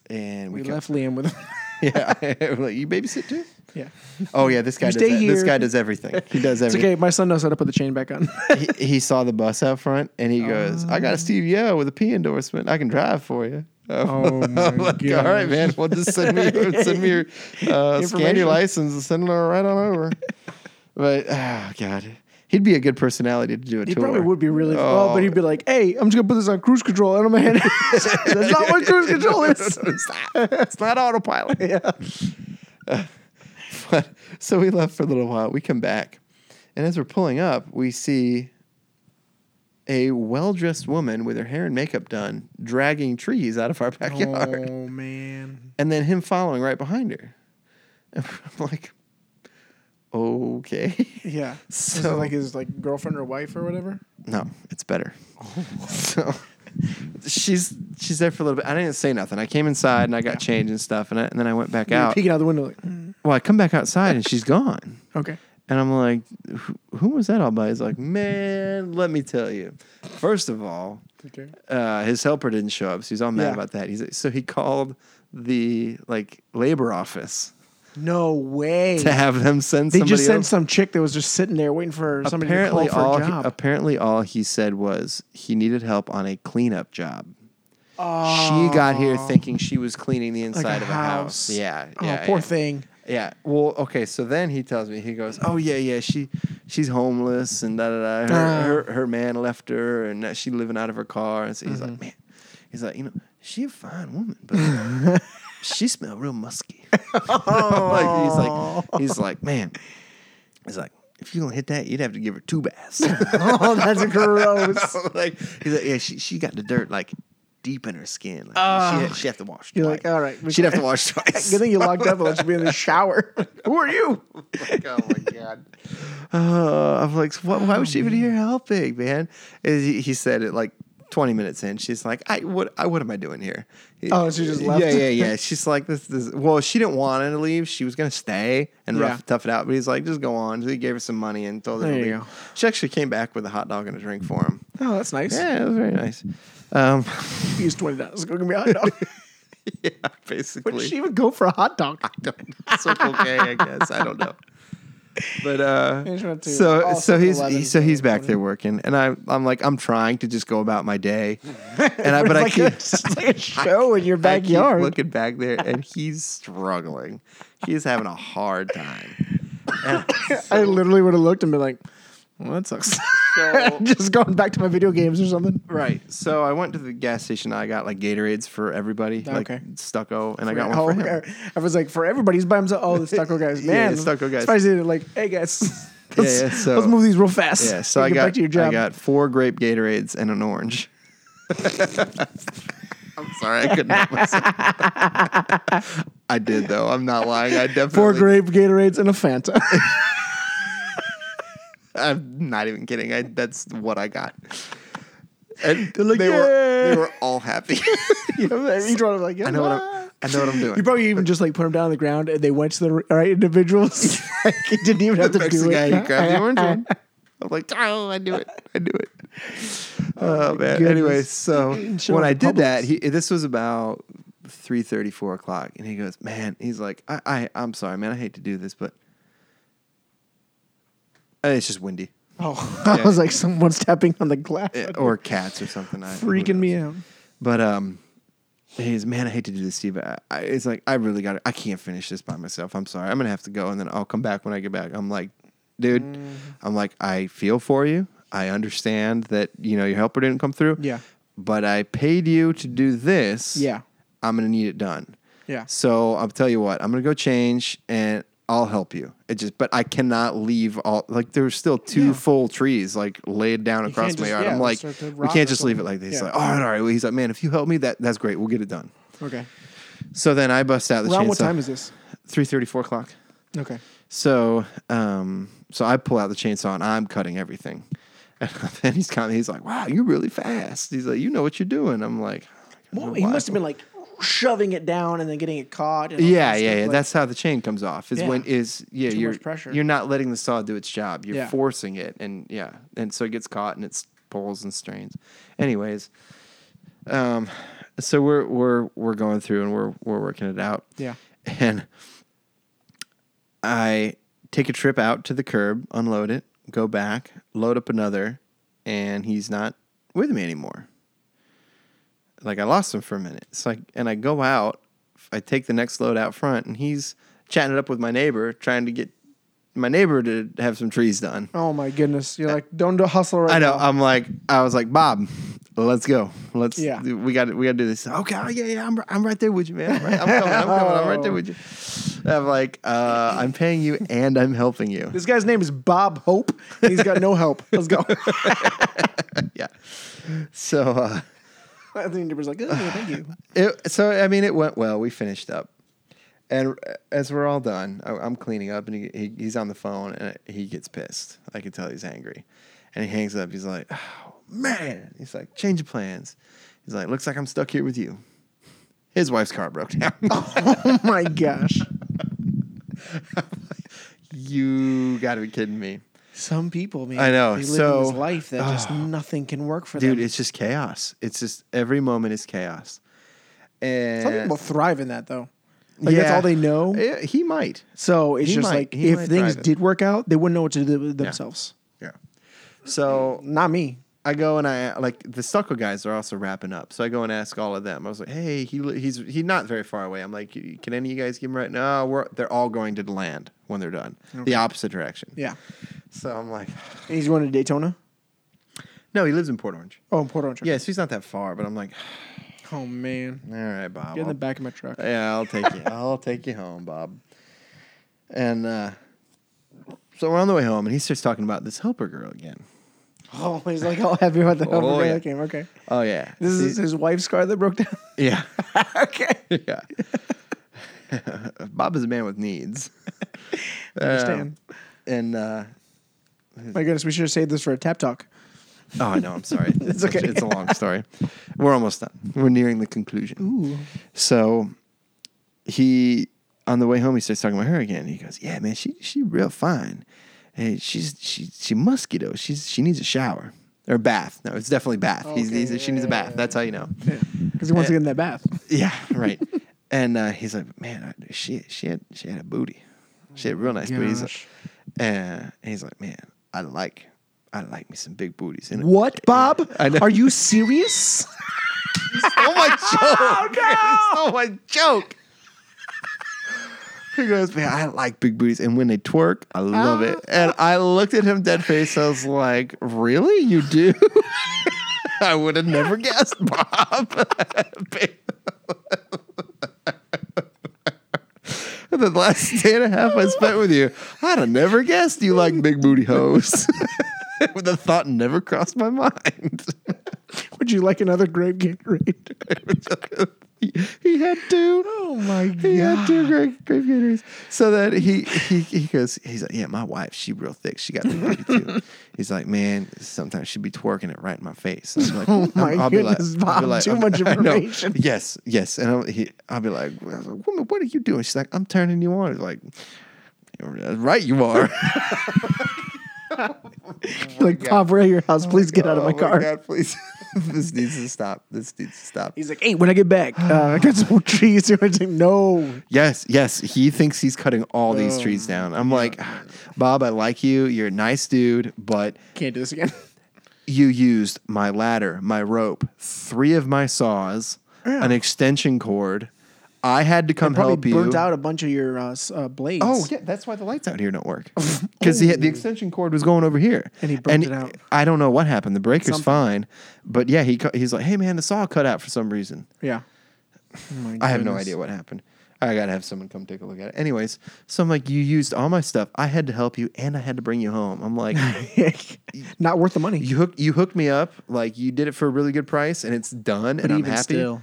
Speaker 2: and we,
Speaker 1: We
Speaker 2: kept-
Speaker 1: left Liam with.
Speaker 2: [LAUGHS] Yeah, [LAUGHS] we're like, you babysit too.
Speaker 1: [LAUGHS] yeah.
Speaker 2: Oh yeah, this guy
Speaker 1: You
Speaker 2: does
Speaker 1: stay
Speaker 2: that. this
Speaker 1: here.
Speaker 2: guy
Speaker 1: [LAUGHS]
Speaker 2: does everything. He does
Speaker 1: It's
Speaker 2: everything.
Speaker 1: okay. My son knows how to put the chain back
Speaker 2: [LAUGHS]
Speaker 1: on.
Speaker 2: he, he saw the bus out front and he goes, "I
Speaker 1: Um.
Speaker 2: got a Steve Yo with a P endorsement. I can drive for you." [LAUGHS]
Speaker 1: Oh, [LAUGHS] my
Speaker 2: I'm like, All right, man. Well, just send me your, send me your uh, scan your
Speaker 1: Information.
Speaker 2: license and send it right
Speaker 1: [LAUGHS]
Speaker 2: on over. but oh god, he'd be a good personality to do a
Speaker 1: He
Speaker 2: tour. Oh.
Speaker 1: probably would be really well, but he'd be like, "Hey, I'm just gonna put this on cruise control out of my
Speaker 2: [LAUGHS]
Speaker 1: head." That's not what cruise control is. [LAUGHS]
Speaker 2: it's not autopilot.
Speaker 1: yeah.
Speaker 2: [LAUGHS] But so we left for a little while. We come back, and as we're pulling up, we see a well-dressed woman with her hair and makeup done dragging trees out of our backyard,
Speaker 1: Oh man.
Speaker 2: [LAUGHS] and then him following right behind her. And [LAUGHS] I'm like, okay, [LAUGHS]
Speaker 1: Yeah. So
Speaker 2: So-
Speaker 1: like his like girlfriend or wife or whatever.
Speaker 2: no, it's better.
Speaker 1: Oh.
Speaker 2: [LAUGHS] so she's she's there for a little bit. I didn't say nothing. I came inside and I got changed and stuff, and, I, and then I went back
Speaker 1: You're
Speaker 2: out.
Speaker 1: peeking out the window like, "Mm,
Speaker 2: Well, I come back outside and she's gone.
Speaker 1: okay.
Speaker 2: And I'm like, who, who was that all by? He's like, man, let me tell you. First of all,
Speaker 1: Okay.
Speaker 2: uh, his helper didn't show up, so he's all mad
Speaker 1: Yeah.
Speaker 2: about that. He's so he called the like labor office
Speaker 1: No way.
Speaker 2: to have them send
Speaker 1: They
Speaker 2: somebody.
Speaker 1: just sent
Speaker 2: over.
Speaker 1: some chick that was just sitting there waiting for somebody
Speaker 2: apparently
Speaker 1: to call
Speaker 2: all
Speaker 1: for a
Speaker 2: he,
Speaker 1: job.
Speaker 2: apparently all he said was he needed help on a cleanup job.
Speaker 1: Oh.
Speaker 2: She got here thinking she was cleaning the inside
Speaker 1: a
Speaker 2: of a house.
Speaker 1: house.
Speaker 2: Yeah,
Speaker 1: Oh,
Speaker 2: yeah,
Speaker 1: poor
Speaker 2: yeah.
Speaker 1: thing. [LAUGHS]
Speaker 2: Yeah. Well, okay. So then he tells me he goes, "Oh yeah, yeah. She she's homeless and da da da.
Speaker 1: Ah.
Speaker 2: Her, her her man left her and now she living out of her car." And so he's
Speaker 1: Mm-hmm.
Speaker 2: like, "Man," he's like, "You know, she a fine woman,
Speaker 1: [LAUGHS]
Speaker 2: but she smell real musky." [LAUGHS]
Speaker 1: Oh.
Speaker 2: like, he's like, he's like, man. He's like, if you gonna hit that, you'd have to give her
Speaker 1: [LAUGHS]
Speaker 2: two baths. [LAUGHS]
Speaker 1: Oh, that's gross.
Speaker 2: like he's like, yeah, she she got the dirt like deep in her skin. Like, she she have to wash.
Speaker 1: Uh. You're
Speaker 2: twice.
Speaker 1: like, all right, we
Speaker 2: she'd have to
Speaker 1: can't-
Speaker 2: wash
Speaker 1: [LAUGHS]
Speaker 2: twice.
Speaker 1: Good thing you locked up and let you be in the shower. [LAUGHS] Who are you?
Speaker 2: oh my god. Uh, I'm like, what, why was she even
Speaker 1: Oh,
Speaker 2: here helping, man? And he, he said it like 20 minutes in. She's like, I what I what am I doing here?
Speaker 1: Oh, she just left?
Speaker 2: Yeah, yeah, yeah. She's like, this, this. Well, she didn't want to leave. She was gonna stay and
Speaker 1: Yeah.
Speaker 2: rough tough it out. But he's like, just go on. So he gave her some money and told her.
Speaker 1: There
Speaker 2: to
Speaker 1: you
Speaker 2: leave.
Speaker 1: go.
Speaker 2: She actually came back with a hot dog and a drink for him.
Speaker 1: Oh, that's nice.
Speaker 2: Yeah, it was very nice. Um, [LAUGHS]
Speaker 1: Use twenty dollars. Go get me a hot dog.
Speaker 2: yeah,
Speaker 1: [LAUGHS]
Speaker 2: basically.
Speaker 1: Would she even go for a hot dog?
Speaker 2: [LAUGHS] Don't- Circle K, I guess. I don't know. But uh,
Speaker 1: just went to
Speaker 2: so
Speaker 1: all
Speaker 2: so
Speaker 1: six
Speaker 2: he's
Speaker 1: elevens
Speaker 2: he, so
Speaker 1: for
Speaker 2: he's
Speaker 1: the
Speaker 2: back
Speaker 1: morning.
Speaker 2: there working, and I I'm like I'm trying to just go about my day,
Speaker 1: [LAUGHS]
Speaker 2: and I but I
Speaker 1: like a,
Speaker 2: keep
Speaker 1: it's like a show in your
Speaker 2: [LAUGHS] I keep
Speaker 1: backyard.
Speaker 2: looking back there,
Speaker 1: [LAUGHS]
Speaker 2: and he's struggling. He's having a hard time. And
Speaker 1: I literally would have looked and been like, well, that [LAUGHS] sucks.
Speaker 2: So-
Speaker 1: Just going back to my video games or something.
Speaker 2: Right. So I went to the gas station. I got like Gatorades for everybody, like
Speaker 1: Okay.
Speaker 2: stucco, and I got
Speaker 1: Oh,
Speaker 2: one for him.
Speaker 1: okay. I was like, for everybody, he's by himself. Oh,
Speaker 2: [LAUGHS]
Speaker 1: the stucco guys,
Speaker 2: Yeah,
Speaker 1: man.
Speaker 2: the stucco guys.
Speaker 1: Surprised they didn't, like, hey guys, [LAUGHS]
Speaker 2: Yeah,
Speaker 1: let's,
Speaker 2: yeah,
Speaker 1: [LAUGHS]
Speaker 2: so-
Speaker 1: let's move these real fast.
Speaker 2: Yeah. So
Speaker 1: You
Speaker 2: I
Speaker 1: get
Speaker 2: got
Speaker 1: back to your job.
Speaker 2: I got four grape Gatorades and
Speaker 1: [LAUGHS]
Speaker 2: an orange. I'm sorry, I couldn't help myself. [LAUGHS] I did though. I'm not lying. I definitely
Speaker 1: four grape Gatorades and a Fanta. [LAUGHS]
Speaker 2: I'm not even kidding. I that's what I got. And they
Speaker 1: like,
Speaker 2: were
Speaker 1: "Yeah."
Speaker 2: they were all happy. [LAUGHS]
Speaker 1: you know, and each one was like, yeah,
Speaker 2: I know what [LAUGHS] I'm, I know what I'm doing.
Speaker 1: You probably even just like put them down on the ground and they went to the right
Speaker 2: [LAUGHS]
Speaker 1: individuals. [LAUGHS] like, you didn't even have
Speaker 2: the
Speaker 1: to
Speaker 2: Mexican
Speaker 1: do
Speaker 2: guy
Speaker 1: it.
Speaker 2: who grabbed
Speaker 1: [LAUGHS]
Speaker 2: the orange one. I'm like, oh, I knew it. I knew it. Oh, man.
Speaker 1: goodness.
Speaker 2: Anyway, so
Speaker 1: Show
Speaker 2: when
Speaker 1: up
Speaker 2: I
Speaker 1: in
Speaker 2: did
Speaker 1: Publix.
Speaker 2: that, he, this was about 3 4 o'clock. And he goes, man, he's like, I, I, I'm sorry, man. I hate to do this, but uh, it's just windy.
Speaker 1: Oh, [LAUGHS] I was like, someone's tapping on the glass.
Speaker 2: Uh, Or cats or something. I- who
Speaker 1: freaking me
Speaker 2: knows.
Speaker 1: out.
Speaker 2: But um, he's man, I hate to do this, Steve. I, I, it's like I really got. I can't finish this by myself. I'm sorry. I'm gonna have to go, and then I'll come back when I get back. I'm like, dude,
Speaker 1: Mm-hmm.
Speaker 2: I'm like, I feel for you. I understand that you know your helper didn't come through.
Speaker 1: Yeah.
Speaker 2: But I paid you to do this.
Speaker 1: Yeah.
Speaker 2: I'm gonna need it done.
Speaker 1: Yeah.
Speaker 2: So I'll tell you what. I'm gonna go change and. I'll help you. It just, but I cannot leave all like there were still two full trees like laid down across
Speaker 1: can't
Speaker 2: my
Speaker 1: just-
Speaker 2: yard.
Speaker 1: yeah,
Speaker 2: I'm
Speaker 1: they'll
Speaker 2: like,
Speaker 1: start to
Speaker 2: we
Speaker 1: rot or
Speaker 2: can't just leave it like this. He's
Speaker 1: Yeah.
Speaker 2: like, all right, all right. Well, he's like, man, if you help me, that that's great. We'll get it done.
Speaker 1: Okay.
Speaker 2: So then I bust out the
Speaker 1: Around
Speaker 2: chainsaw.
Speaker 1: what time is this?
Speaker 2: Three thirty, four o'clock.
Speaker 1: Okay.
Speaker 2: So, um, so I pull out the chainsaw and I'm cutting everything. [LAUGHS] And then he's kind of, he's like, wow, you're really fast. He's like, you know what you're doing. I'm like, I don't
Speaker 1: Well,
Speaker 2: know
Speaker 1: he
Speaker 2: why.
Speaker 1: must have been like shoving it down and then getting it caught. And all
Speaker 2: Yeah,
Speaker 1: that
Speaker 2: yeah,
Speaker 1: stuff,
Speaker 2: yeah.
Speaker 1: like-
Speaker 2: That's how the chain comes off. Is
Speaker 1: Yeah.
Speaker 2: when is yeah.
Speaker 1: Too much
Speaker 2: you're
Speaker 1: pressure.
Speaker 2: you're not letting the saw do its job. You're
Speaker 1: Yeah.
Speaker 2: forcing it, and yeah, and so it gets caught and it's pulls and strains. Anyways, um, so we're we're we're going through and we're we're working it out.
Speaker 1: Yeah.
Speaker 2: and I take a trip out to the curb, unload it, go back, load up another, and he's not with me anymore like I lost him for a minute. It's like, and I go out, I take the next load out front, and he's chatting it up with my neighbor, trying to get my neighbor to have some trees done.
Speaker 1: Oh my goodness! You're like, don't do hustle right
Speaker 2: I know.
Speaker 1: now.
Speaker 2: I'm like, I was like, Bob, let's go. Let's.
Speaker 1: Yeah.
Speaker 2: We got. We got to do this. Okay. oh, Yeah. Yeah. I'm. I'm right there with you, man. I'm, right, I'm coming. I'm coming. I'm right there with you. I'm like, uh, I'm paying you and I'm helping you.
Speaker 1: This guy's name is Bob Hope. And he's got no help. Let's
Speaker 2: [LAUGHS]
Speaker 1: go.
Speaker 2: Yeah. So. Uh,
Speaker 1: and the neighbor's like, oh, thank you.
Speaker 2: it, so I mean, it went well. We finished up, and uh, as we're all done, I- I'm cleaning up, and he, he he's on the phone, and he gets pissed. I can tell he's angry, and he hangs up. He's like, "Oh man!" He's like, "Change of plans." He's like, "Looks like I'm stuck here with you." His wife's car broke down.
Speaker 1: Oh my gosh!
Speaker 2: you gotta be kidding me,
Speaker 1: Some people, man,
Speaker 2: I know,
Speaker 1: They live
Speaker 2: so-
Speaker 1: in this life that [SIGHS] just nothing can work for
Speaker 2: dude!
Speaker 1: them.
Speaker 2: It's just chaos. It's just every moment is chaos. And
Speaker 1: Some people thrive in that though. Like that's
Speaker 2: Yeah.
Speaker 1: all they know.
Speaker 2: Eh, he might.
Speaker 1: So it's
Speaker 2: He
Speaker 1: just
Speaker 2: might-
Speaker 1: like
Speaker 2: he
Speaker 1: if
Speaker 2: might
Speaker 1: things
Speaker 2: thrive in-
Speaker 1: did work out, they wouldn't know what to do with themselves.
Speaker 2: Yeah. So
Speaker 1: Not me.
Speaker 2: I go and I like the stucco guys are also wrapping up, so I go and ask all of them. I was like, "Hey, he li- he's he's not very far away." I'm like, "Can any of you guys give him right?" No, we're they're all going to the land when they're done, the opposite direction.
Speaker 1: Yeah.
Speaker 2: So I'm like, [SIGHS]
Speaker 1: And he's going to Daytona.
Speaker 2: "No, he lives in Port Orange."
Speaker 1: Oh, in Port Orange.
Speaker 2: Yeah, so he's not that far, but I'm like, [SIGHS]
Speaker 1: Oh man.
Speaker 2: "All right, Bob,
Speaker 1: Get in
Speaker 2: I'll-
Speaker 1: the back of my truck.
Speaker 2: Yeah, I'll take you. [LAUGHS] I'll take you home, Bob. And uh, so we're on the way home, and he starts talking about this helper girl again.
Speaker 1: [LAUGHS] Oh, he's like all happy about the
Speaker 2: Oh,
Speaker 1: oh,
Speaker 2: yeah.
Speaker 1: that came. Okay.
Speaker 2: Oh yeah,
Speaker 1: This is his wife's car that broke down.
Speaker 2: yeah.
Speaker 1: [LAUGHS]
Speaker 2: [LAUGHS]
Speaker 1: okay.
Speaker 2: yeah. [LAUGHS] Bob is a man with [LAUGHS] needs.
Speaker 1: Understand.
Speaker 2: And uh,
Speaker 1: My goodness, we should have saved this for a tap talk.
Speaker 2: oh, I know.
Speaker 1: [LAUGHS]
Speaker 2: I'm sorry. it's
Speaker 1: okay.
Speaker 2: it's a long story. We're almost done. We're nearing the conclusion. So he on the way home he starts talking about her again. He goes, "Yeah, man, she she real fine. Hey, she's she she musky though. She's she needs a shower or bath. No, it's definitely bath. he's,
Speaker 1: Okay,
Speaker 2: he's, she needs a bath. That's how
Speaker 1: [LAUGHS]
Speaker 2: you know."
Speaker 1: Because he wants to get in that bath.
Speaker 2: Yeah, right. and uh, he's like, man, I- she she had she had a booty. She had a real nice booty. He's like-
Speaker 1: Gosh.
Speaker 2: And he's like, man, I like, I like me some big booties. And
Speaker 1: [LAUGHS] What, [LAUGHS] Bob?
Speaker 2: I know.
Speaker 1: Are you serious?
Speaker 2: stole my joke. [LAUGHS] Oh, no. stole my joke. He goes, man, I like big booties, and when they twerk, I love it. And I looked at him dead face. I was like, really, you do? [LAUGHS] I would have never guessed, [LAUGHS] Bob. the last day and a half I spent with you, I'd have never guessed you like big booty hoes. [LAUGHS] the thought never crossed my mind.
Speaker 1: [LAUGHS]
Speaker 2: [LAUGHS]
Speaker 1: Would you like another grape Gatorade?
Speaker 2: He- he had two.
Speaker 1: [LAUGHS] Oh [LAUGHS] my
Speaker 2: He had
Speaker 1: god.
Speaker 2: two great grape gators. So that he he he goes, he's like, yeah, my wife, she real thick. She got big booty
Speaker 1: [LAUGHS]
Speaker 2: too. He's like, man, sometimes she be twerking it right in my face. I'm
Speaker 1: [LAUGHS]
Speaker 2: like,
Speaker 1: Oh my
Speaker 2: be like-
Speaker 1: goodness,
Speaker 2: I'll be
Speaker 1: Bob, too
Speaker 2: I'm-
Speaker 1: much
Speaker 2: [LAUGHS] I know.
Speaker 1: information.
Speaker 2: Yes, yes. And I'll, he, I'll be like, well, woman, what are you doing? She's like, I'm turning you on. He's like, right, you are.
Speaker 1: like, Bob, we're at your house. Please [LAUGHS] get out of my
Speaker 2: [LAUGHS] Oh
Speaker 1: car.
Speaker 2: God, please. this needs to stop. This needs to stop.
Speaker 1: He's like, hey, when I get [SIGHS] back, uh, I got some more trees. [LAUGHS] I was like, no.
Speaker 2: Yes, yes. He thinks he's cutting all these
Speaker 1: Oh.
Speaker 2: trees down. I'm like, Bob, I like you. You're a nice dude, but
Speaker 1: Can't do this again.
Speaker 2: you used my ladder, my rope, three of my saws, an extension cord. I had to come help
Speaker 1: Probably
Speaker 2: you.
Speaker 1: burnt out a bunch of your uh, s- uh, blades.
Speaker 2: Oh yeah, that's why the lights out here
Speaker 1: [LAUGHS]
Speaker 2: don't work. Because the, the extension cord was going over here,
Speaker 1: Oh. And he burnt it out.
Speaker 2: I don't know what happened. The breaker's
Speaker 1: Something.
Speaker 2: fine, but yeah, he cu- he's like, "Hey man, the saw cut out for some reason."
Speaker 1: Yeah. Oh my
Speaker 2: I have no
Speaker 1: goodness.
Speaker 2: idea what happened. I gotta have someone come take a look at it. Anyways, so I'm like, you used all my stuff. I had to help you, and I had to bring you home.
Speaker 1: [LAUGHS]
Speaker 2: I'm like,
Speaker 1: Not worth the money.
Speaker 2: you hooked you hooked me up. Like you did it for a really good price, and it's done, and I'm happy.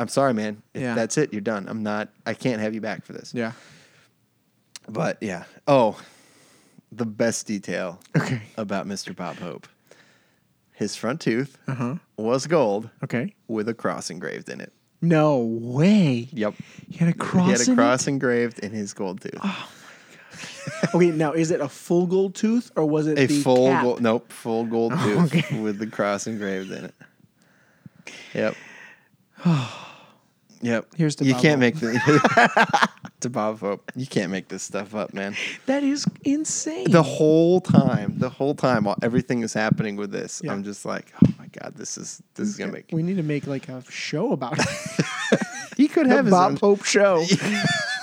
Speaker 2: I'm sorry, man. If
Speaker 1: Yeah.
Speaker 2: That's it. You're done. I'm not. I can't have you back for this.
Speaker 1: Yeah.
Speaker 2: But yeah. Oh, the best detail
Speaker 1: Okay.
Speaker 2: about Mr. Bob Hope. His front tooth
Speaker 1: Uh-huh.
Speaker 2: was gold
Speaker 1: Okay.
Speaker 2: with a cross engraved in it.
Speaker 1: No way.
Speaker 2: Yep.
Speaker 1: He had a cross.
Speaker 2: he had
Speaker 1: in it?
Speaker 2: a
Speaker 1: Oh,
Speaker 2: cross engraved in his gold tooth.
Speaker 1: Okay, now is it a full gold tooth or was it
Speaker 2: a
Speaker 1: the
Speaker 2: full
Speaker 1: cap? Oh,
Speaker 2: gold nope full gold tooth
Speaker 1: okay.
Speaker 2: [LAUGHS] with the cross engraved in it
Speaker 1: [SIGHS]
Speaker 2: yep yep
Speaker 1: Here's to
Speaker 2: you
Speaker 1: Bob
Speaker 2: can't
Speaker 1: Hope.
Speaker 2: make the
Speaker 1: [LAUGHS]
Speaker 2: [LAUGHS] to bob hope you can't make this stuff up man
Speaker 1: That is insane.
Speaker 2: the whole time the whole time while everything is happening with this
Speaker 1: Yeah.
Speaker 2: i'm just like oh my god this is this is gonna make
Speaker 1: we need to make like a show about it.
Speaker 2: [LAUGHS] he could
Speaker 1: the
Speaker 2: have his
Speaker 1: Bob
Speaker 2: own
Speaker 1: Hope
Speaker 2: [LAUGHS]
Speaker 1: show.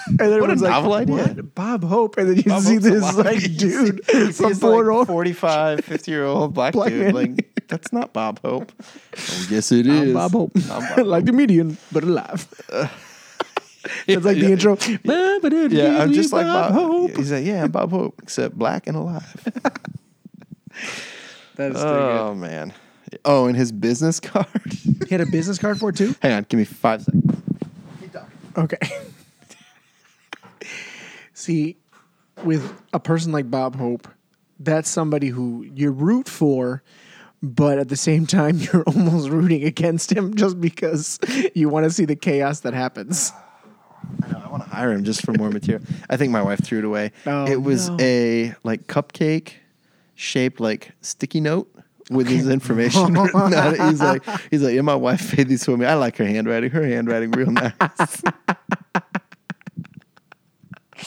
Speaker 1: And then everyone's like,
Speaker 2: novel idea.
Speaker 1: What? Bob Hope. And then you
Speaker 2: Bob
Speaker 1: see
Speaker 2: Hope's
Speaker 1: this
Speaker 2: alive.
Speaker 1: like
Speaker 2: [LAUGHS] You see-
Speaker 1: dude
Speaker 2: you see
Speaker 1: from
Speaker 2: this, like,
Speaker 1: Fort Orange.
Speaker 2: [LAUGHS] 45 50 year old black,
Speaker 1: Black man.
Speaker 2: dude [LAUGHS] like that's not bob hope oh, yes it is
Speaker 1: I'm Bob
Speaker 2: [LAUGHS]
Speaker 1: Hope.
Speaker 2: I'm
Speaker 1: [LAUGHS]
Speaker 2: Bob
Speaker 1: like the median, but alive. It's like the
Speaker 2: Yeah.
Speaker 1: intro.
Speaker 2: Yeah, I'm just like Bob.
Speaker 1: Hope.
Speaker 2: He's like, yeah, I'm Bob Hope, except black and alive.
Speaker 1: That is
Speaker 2: oh man. Oh, and his business [LAUGHS] card.
Speaker 1: good. He had a business card for it too?
Speaker 2: Hang on, give me five seconds.
Speaker 1: Okay. See, with a person like Bob Hope, that's somebody who you root for, but at the same time, you're almost rooting against him just because you want to see the chaos that happens.
Speaker 2: I know. I want to hire him just for more material. I think my wife threw it away.
Speaker 1: Oh,
Speaker 2: it was
Speaker 1: no.
Speaker 2: a like cupcake shaped like sticky note. With his
Speaker 1: [LAUGHS]
Speaker 2: information, written on it. he's like, he's like, yeah, my wife made these for me. I like her handwriting. Her handwriting real nice. [LAUGHS]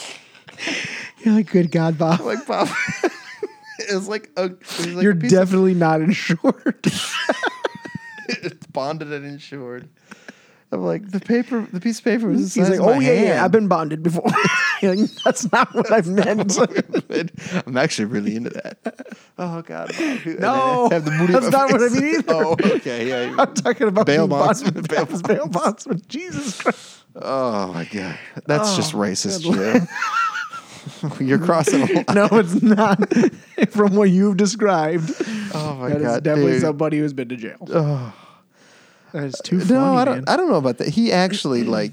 Speaker 1: You're like, good God, Bob.
Speaker 2: like Bob, [LAUGHS] it was like a, it was like
Speaker 1: you're
Speaker 2: a piece of
Speaker 1: definitely not insured.
Speaker 2: it's bonded and insured. I'm like the paper, the piece of paper was. The
Speaker 1: He's like,
Speaker 2: size of
Speaker 1: oh
Speaker 2: my
Speaker 1: yeah, yeah,
Speaker 2: hand."
Speaker 1: I've been bonded before. You're like, that's not what I meant.
Speaker 2: [LAUGHS] I'm actually really into that. Oh God!
Speaker 1: No,
Speaker 2: have the booty
Speaker 1: that's
Speaker 2: in my
Speaker 1: not what I
Speaker 2: face.
Speaker 1: mean either.
Speaker 2: [LAUGHS] Oh, okay, yeah.
Speaker 1: I'm talking about
Speaker 2: Bail
Speaker 1: being
Speaker 2: bondsman, [LAUGHS]
Speaker 1: bonded.
Speaker 2: bail
Speaker 1: That was bail bondsman. Jesus Christ.
Speaker 2: Oh my God, that's just racist,
Speaker 1: good
Speaker 2: Joe. [LAUGHS] You're crossing a line.
Speaker 1: No, it's not. [LAUGHS] From what you've described,
Speaker 2: Oh my
Speaker 1: that is
Speaker 2: God,
Speaker 1: definitely
Speaker 2: dude.
Speaker 1: somebody who's been to jail. That is too funny.
Speaker 2: No, I don't.
Speaker 1: man.
Speaker 2: I don't know about that. He [CLEARS THROAT] actually like.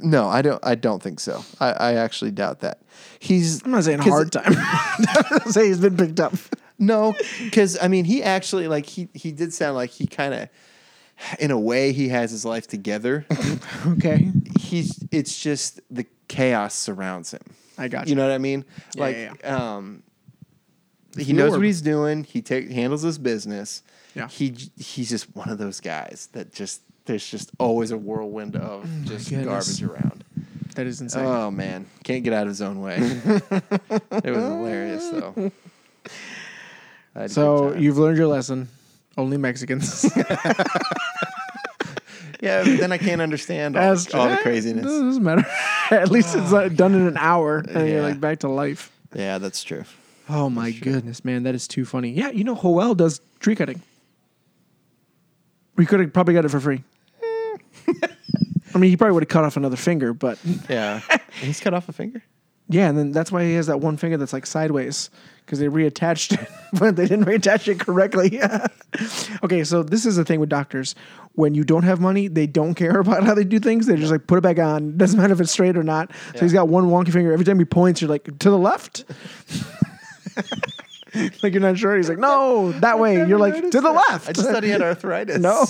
Speaker 2: No, I don't. I don't think so. I, I actually doubt that. He's
Speaker 1: I'm not saying
Speaker 2: 'cause-
Speaker 1: hard time. [LAUGHS] I'm saying he's been picked up.
Speaker 2: No, because I mean, he actually like he he did sound like he kind of, in a way, he has his life together.
Speaker 1: Okay,
Speaker 2: He's it's just the chaos surrounds him.
Speaker 1: I got you.
Speaker 2: You know what I mean?
Speaker 1: Yeah,
Speaker 2: like,
Speaker 1: yeah,
Speaker 2: um, he
Speaker 1: the
Speaker 2: knows
Speaker 1: orb.
Speaker 2: what he's doing. He take, handles his business.
Speaker 1: Yeah.
Speaker 2: He j- he's just one of those guys that just there's just always a whirlwind of just
Speaker 1: Oh goodness.
Speaker 2: garbage around.
Speaker 1: That is insane.
Speaker 2: Oh man, can't get out of his own
Speaker 1: [LAUGHS]
Speaker 2: way. it was hilarious though. I had a good
Speaker 1: so
Speaker 2: time.
Speaker 1: you've learned your lesson. Only
Speaker 2: [LAUGHS]
Speaker 1: Mexicans.
Speaker 2: yeah, but then I can't understand all,
Speaker 1: As-
Speaker 2: the- all the
Speaker 1: It
Speaker 2: craziness.
Speaker 1: doesn't matter. [LAUGHS] At least it's uh, done in an hour, and
Speaker 2: Yeah.
Speaker 1: you're like back to life.
Speaker 2: Yeah, that's true.
Speaker 1: Oh my goodness, man, that is too funny. Yeah, you know, Hoel does tree cutting. We could have probably got it for free. [LAUGHS] I mean, he probably would have cut off another finger, but [LAUGHS]
Speaker 2: Yeah, he's cut off a finger.
Speaker 1: yeah, and then that's why he has that one finger that's like sideways because they reattached it, [LAUGHS] but they didn't reattach it correctly. [LAUGHS] okay, so this is the thing with doctors: when you don't have money, they don't care [LAUGHS] about how they do things. They just like put it back on. [LAUGHS] Doesn't matter if it's straight or not. So he's got one wonky finger. Every time he points, you're like to the left. [LAUGHS] like you're not sure. He's like, no, that way. You're like to the left.
Speaker 2: I just thought he had arthritis.
Speaker 1: [LAUGHS] no,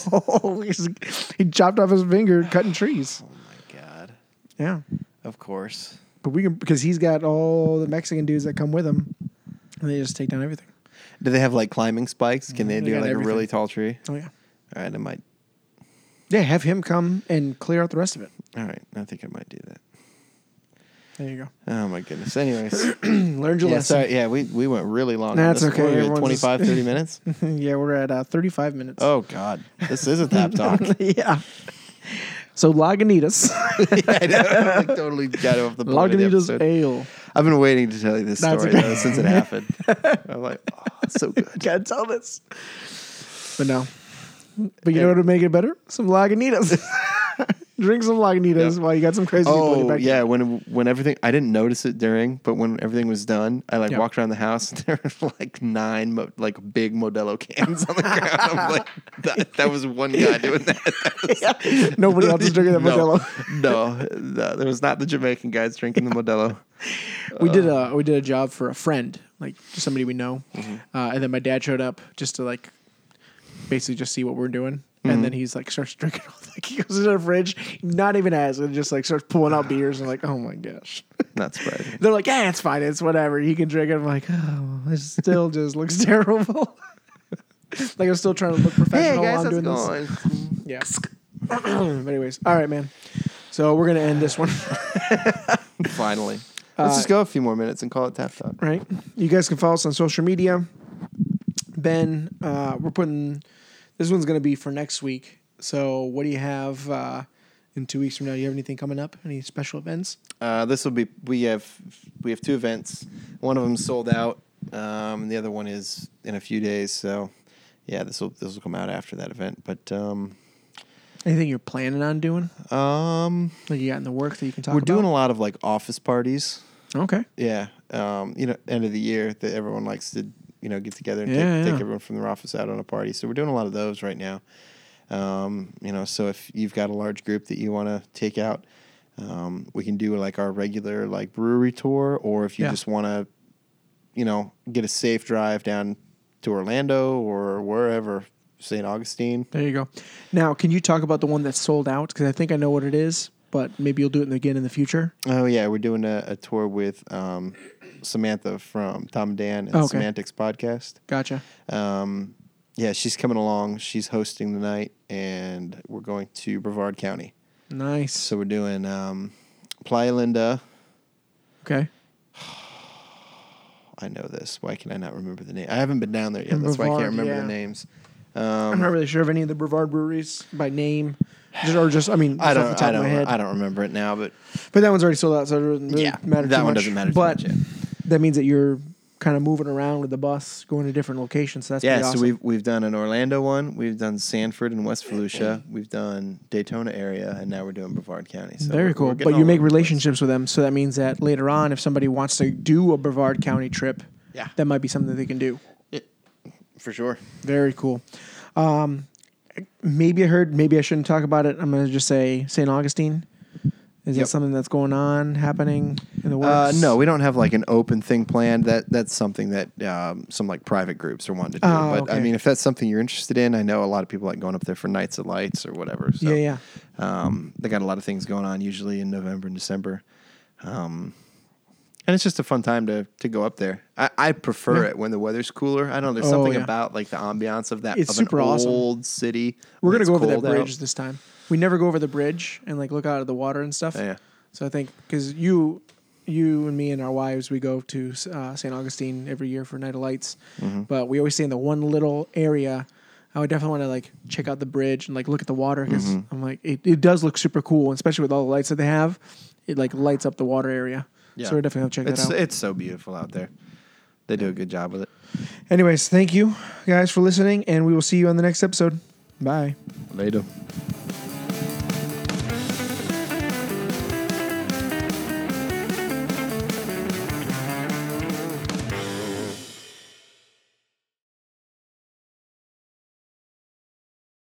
Speaker 1: [LAUGHS] He's- he chopped off his finger cutting trees.
Speaker 2: Oh my god.
Speaker 1: Yeah.
Speaker 2: Of course.
Speaker 1: But we can because he's got all the Mexican dudes that come with him, and they just take down everything.
Speaker 2: Do they have like climbing spikes? Can they
Speaker 1: They
Speaker 2: do
Speaker 1: got
Speaker 2: like
Speaker 1: everything.
Speaker 2: a really tall tree?
Speaker 1: Oh yeah,
Speaker 2: All right, I might.
Speaker 1: yeah. Have him come and clear out the rest of it.
Speaker 2: All right, I think I might do that.
Speaker 1: There you go.
Speaker 2: Oh my goodness. Anyways,
Speaker 1: [CLEARS THROAT] Learned your
Speaker 2: yeah,
Speaker 1: lesson.
Speaker 2: sorry. Yeah, we, we went really long. on
Speaker 1: That's
Speaker 2: this.
Speaker 1: okay,
Speaker 2: What are we at,
Speaker 1: everyone's
Speaker 2: 25,
Speaker 1: [LAUGHS]
Speaker 2: 30 minutes.
Speaker 1: yeah, we're at uh, 35 minutes.
Speaker 2: Oh God, this is a tap talk.
Speaker 1: [LAUGHS]
Speaker 2: [LAUGHS]
Speaker 1: yeah. So [LAUGHS] Lagunitas,
Speaker 2: I know. I totally got off the point of the
Speaker 1: Lagunitas
Speaker 2: episode.
Speaker 1: ale.
Speaker 2: I've been waiting to tell you this
Speaker 1: That's
Speaker 2: story
Speaker 1: okay.
Speaker 2: though, since
Speaker 1: [LAUGHS]
Speaker 2: it happened. I'm like, oh, it's so good.
Speaker 1: Gotta tell this. But no. But you know what would make it better? Some [LAUGHS] Lagunitas. Drink some Lagunitas
Speaker 2: Yep.
Speaker 1: while you got some crazy people in
Speaker 2: Oh
Speaker 1: your
Speaker 2: yeah, when when everything I didn't notice it during, but when everything was done, I like
Speaker 1: Yeah.
Speaker 2: walked around the house. And [LAUGHS] there were like nine mo- like big Modelo cans on the ground. I'm like, that, that was one guy doing that. That was-
Speaker 1: background. [LAUGHS] Nobody else is [LAUGHS] drinking that
Speaker 2: no,
Speaker 1: Modelo.
Speaker 2: No, no, there was not the Jamaican guys drinking the Modelo.
Speaker 1: we did a we did a job for a friend, like just somebody we know, uh, and then my dad showed up just to like basically just see what we're doing, and then he's like starts [LAUGHS] drinking. All the, he goes into the fridge, not even as, and just like starts pulling out beers and like, oh my gosh. [LAUGHS]
Speaker 2: Not surprising.
Speaker 1: They're like, yeah, it's fine, it's whatever. He can drink it. I'm like, oh, it still just looks [LAUGHS] terrible. like I'm still trying to look professional while I'm doing this. Yeah. but [CLEARS THROAT] anyways, all right, man. So we're gonna end this one.
Speaker 2: Finally,
Speaker 1: Uh,
Speaker 2: let's just go a few more minutes and call it tap talk.
Speaker 1: right? You guys can follow us on social media. Ben, uh, we're putting this one's going to be for next week. So, what do you have uh, in two weeks from now? Do you have anything coming up? Any special events?
Speaker 2: Uh, this will be we have we have two events. One of them sold out. Um, and the other one is in a few days. So yeah, this will this will come out after that event. But um,
Speaker 1: Anything you're planning on doing?
Speaker 2: um,
Speaker 1: Like you got in the work that you can talk
Speaker 2: we're
Speaker 1: about?
Speaker 2: doing a lot of like office parties.
Speaker 1: okay.
Speaker 2: Yeah. Um, you know, end of the year that everyone likes to you know get together and
Speaker 1: Yeah, yeah.
Speaker 2: take, take everyone from their office out on a party. So we're doing a lot of those right now. Um, you know, so if you've got a large group that you want to take out, um, we can do like our regular like brewery tour, or if you
Speaker 1: Yeah.
Speaker 2: just want to, you know, get a safe drive down to Orlando or wherever St. Augustine.
Speaker 1: There you go. Now, can you talk about the one that's sold out? Because I think I know what it is, but maybe you'll do it again in the future.
Speaker 2: Oh yeah, we're doing a, a tour with um, Samantha from Tom and Dan and
Speaker 1: Oh, Okay.
Speaker 2: Semantics podcast.
Speaker 1: Gotcha.
Speaker 2: Um, yeah, she's coming along. She's hosting the night, and we're going to Brevard County.
Speaker 1: Nice.
Speaker 2: So we're doing um, Playa Linda.
Speaker 1: Okay.
Speaker 2: I know this. Why can I not remember the name? I haven't been down there yet. That's why I
Speaker 1: Brevard,
Speaker 2: can't remember
Speaker 1: yeah.
Speaker 2: the names. Um,
Speaker 1: I'm not really sure of any of the Brevard breweries by name, just, or just I mean, just
Speaker 2: I don't.
Speaker 1: off the top
Speaker 2: I
Speaker 1: of
Speaker 2: don't.
Speaker 1: my head.
Speaker 2: I don't remember it now. But
Speaker 1: But that one's already sold out, so it doesn't really
Speaker 2: Yeah,
Speaker 1: matter.
Speaker 2: that
Speaker 1: too
Speaker 2: one
Speaker 1: much.
Speaker 2: doesn't matter too
Speaker 1: But
Speaker 2: much, yeah.
Speaker 1: that means that you're kind of moving around with the bus, going to different locations. So that's
Speaker 2: yeah,
Speaker 1: pretty awesome.
Speaker 2: so we've we've done an Orlando one. We've done Sanford and West Volusia. We've done Daytona area, and now we're doing Brevard County. So
Speaker 1: very
Speaker 2: we're-
Speaker 1: cool.
Speaker 2: we're getting
Speaker 1: But
Speaker 2: all
Speaker 1: you make
Speaker 2: over the place.
Speaker 1: relationships with them, so that means that later on, if somebody wants to do a Brevard County trip,
Speaker 2: Yeah.
Speaker 1: that might be something that they can do.
Speaker 2: for sure.
Speaker 1: Very cool. Um, maybe I heard. Maybe I shouldn't talk about it. I'm gonna just say St. Augustine. Is
Speaker 2: Yep.
Speaker 1: that something that's going on, happening in the
Speaker 2: Uh,
Speaker 1: works?
Speaker 2: no, we don't have like an open thing planned. That that's something that um, some like private groups are wanting to do.
Speaker 1: Oh,
Speaker 2: but I
Speaker 1: okay.
Speaker 2: mean, if that's something you're interested in, I know a lot of people like going up there for nights of lights or whatever. So,
Speaker 1: Yeah, yeah.
Speaker 2: Um, they got a lot of things going on usually in November and December, um, and it's just a fun time to to go up there. I, I prefer it when the weather's cooler. I don't know. There's
Speaker 1: Oh,
Speaker 2: something
Speaker 1: yeah.
Speaker 2: about like the ambiance of that.
Speaker 1: It's
Speaker 2: of
Speaker 1: super
Speaker 2: an
Speaker 1: awesome.
Speaker 2: Old city.
Speaker 1: We're
Speaker 2: when
Speaker 1: gonna
Speaker 2: it's
Speaker 1: go over that
Speaker 2: cold out.
Speaker 1: bridge this time. We never go over the bridge and like look out of the water and stuff.
Speaker 2: Yeah.
Speaker 1: So I think because you, you and me and our wives, we go to uh, St. Augustine every year for Night of Lights, but we always stay in the one little area. I would definitely want to like check out the bridge and like look at the water because I'm like it, it does look super cool, and especially with all the lights that they have, it like lights up the water area. So we're definitely gonna check
Speaker 2: it's,
Speaker 1: that out.
Speaker 2: It's so beautiful out there. They do a good job with it.
Speaker 1: Anyways, thank you guys for listening, and we will see you on the next episode. Bye.
Speaker 2: Later.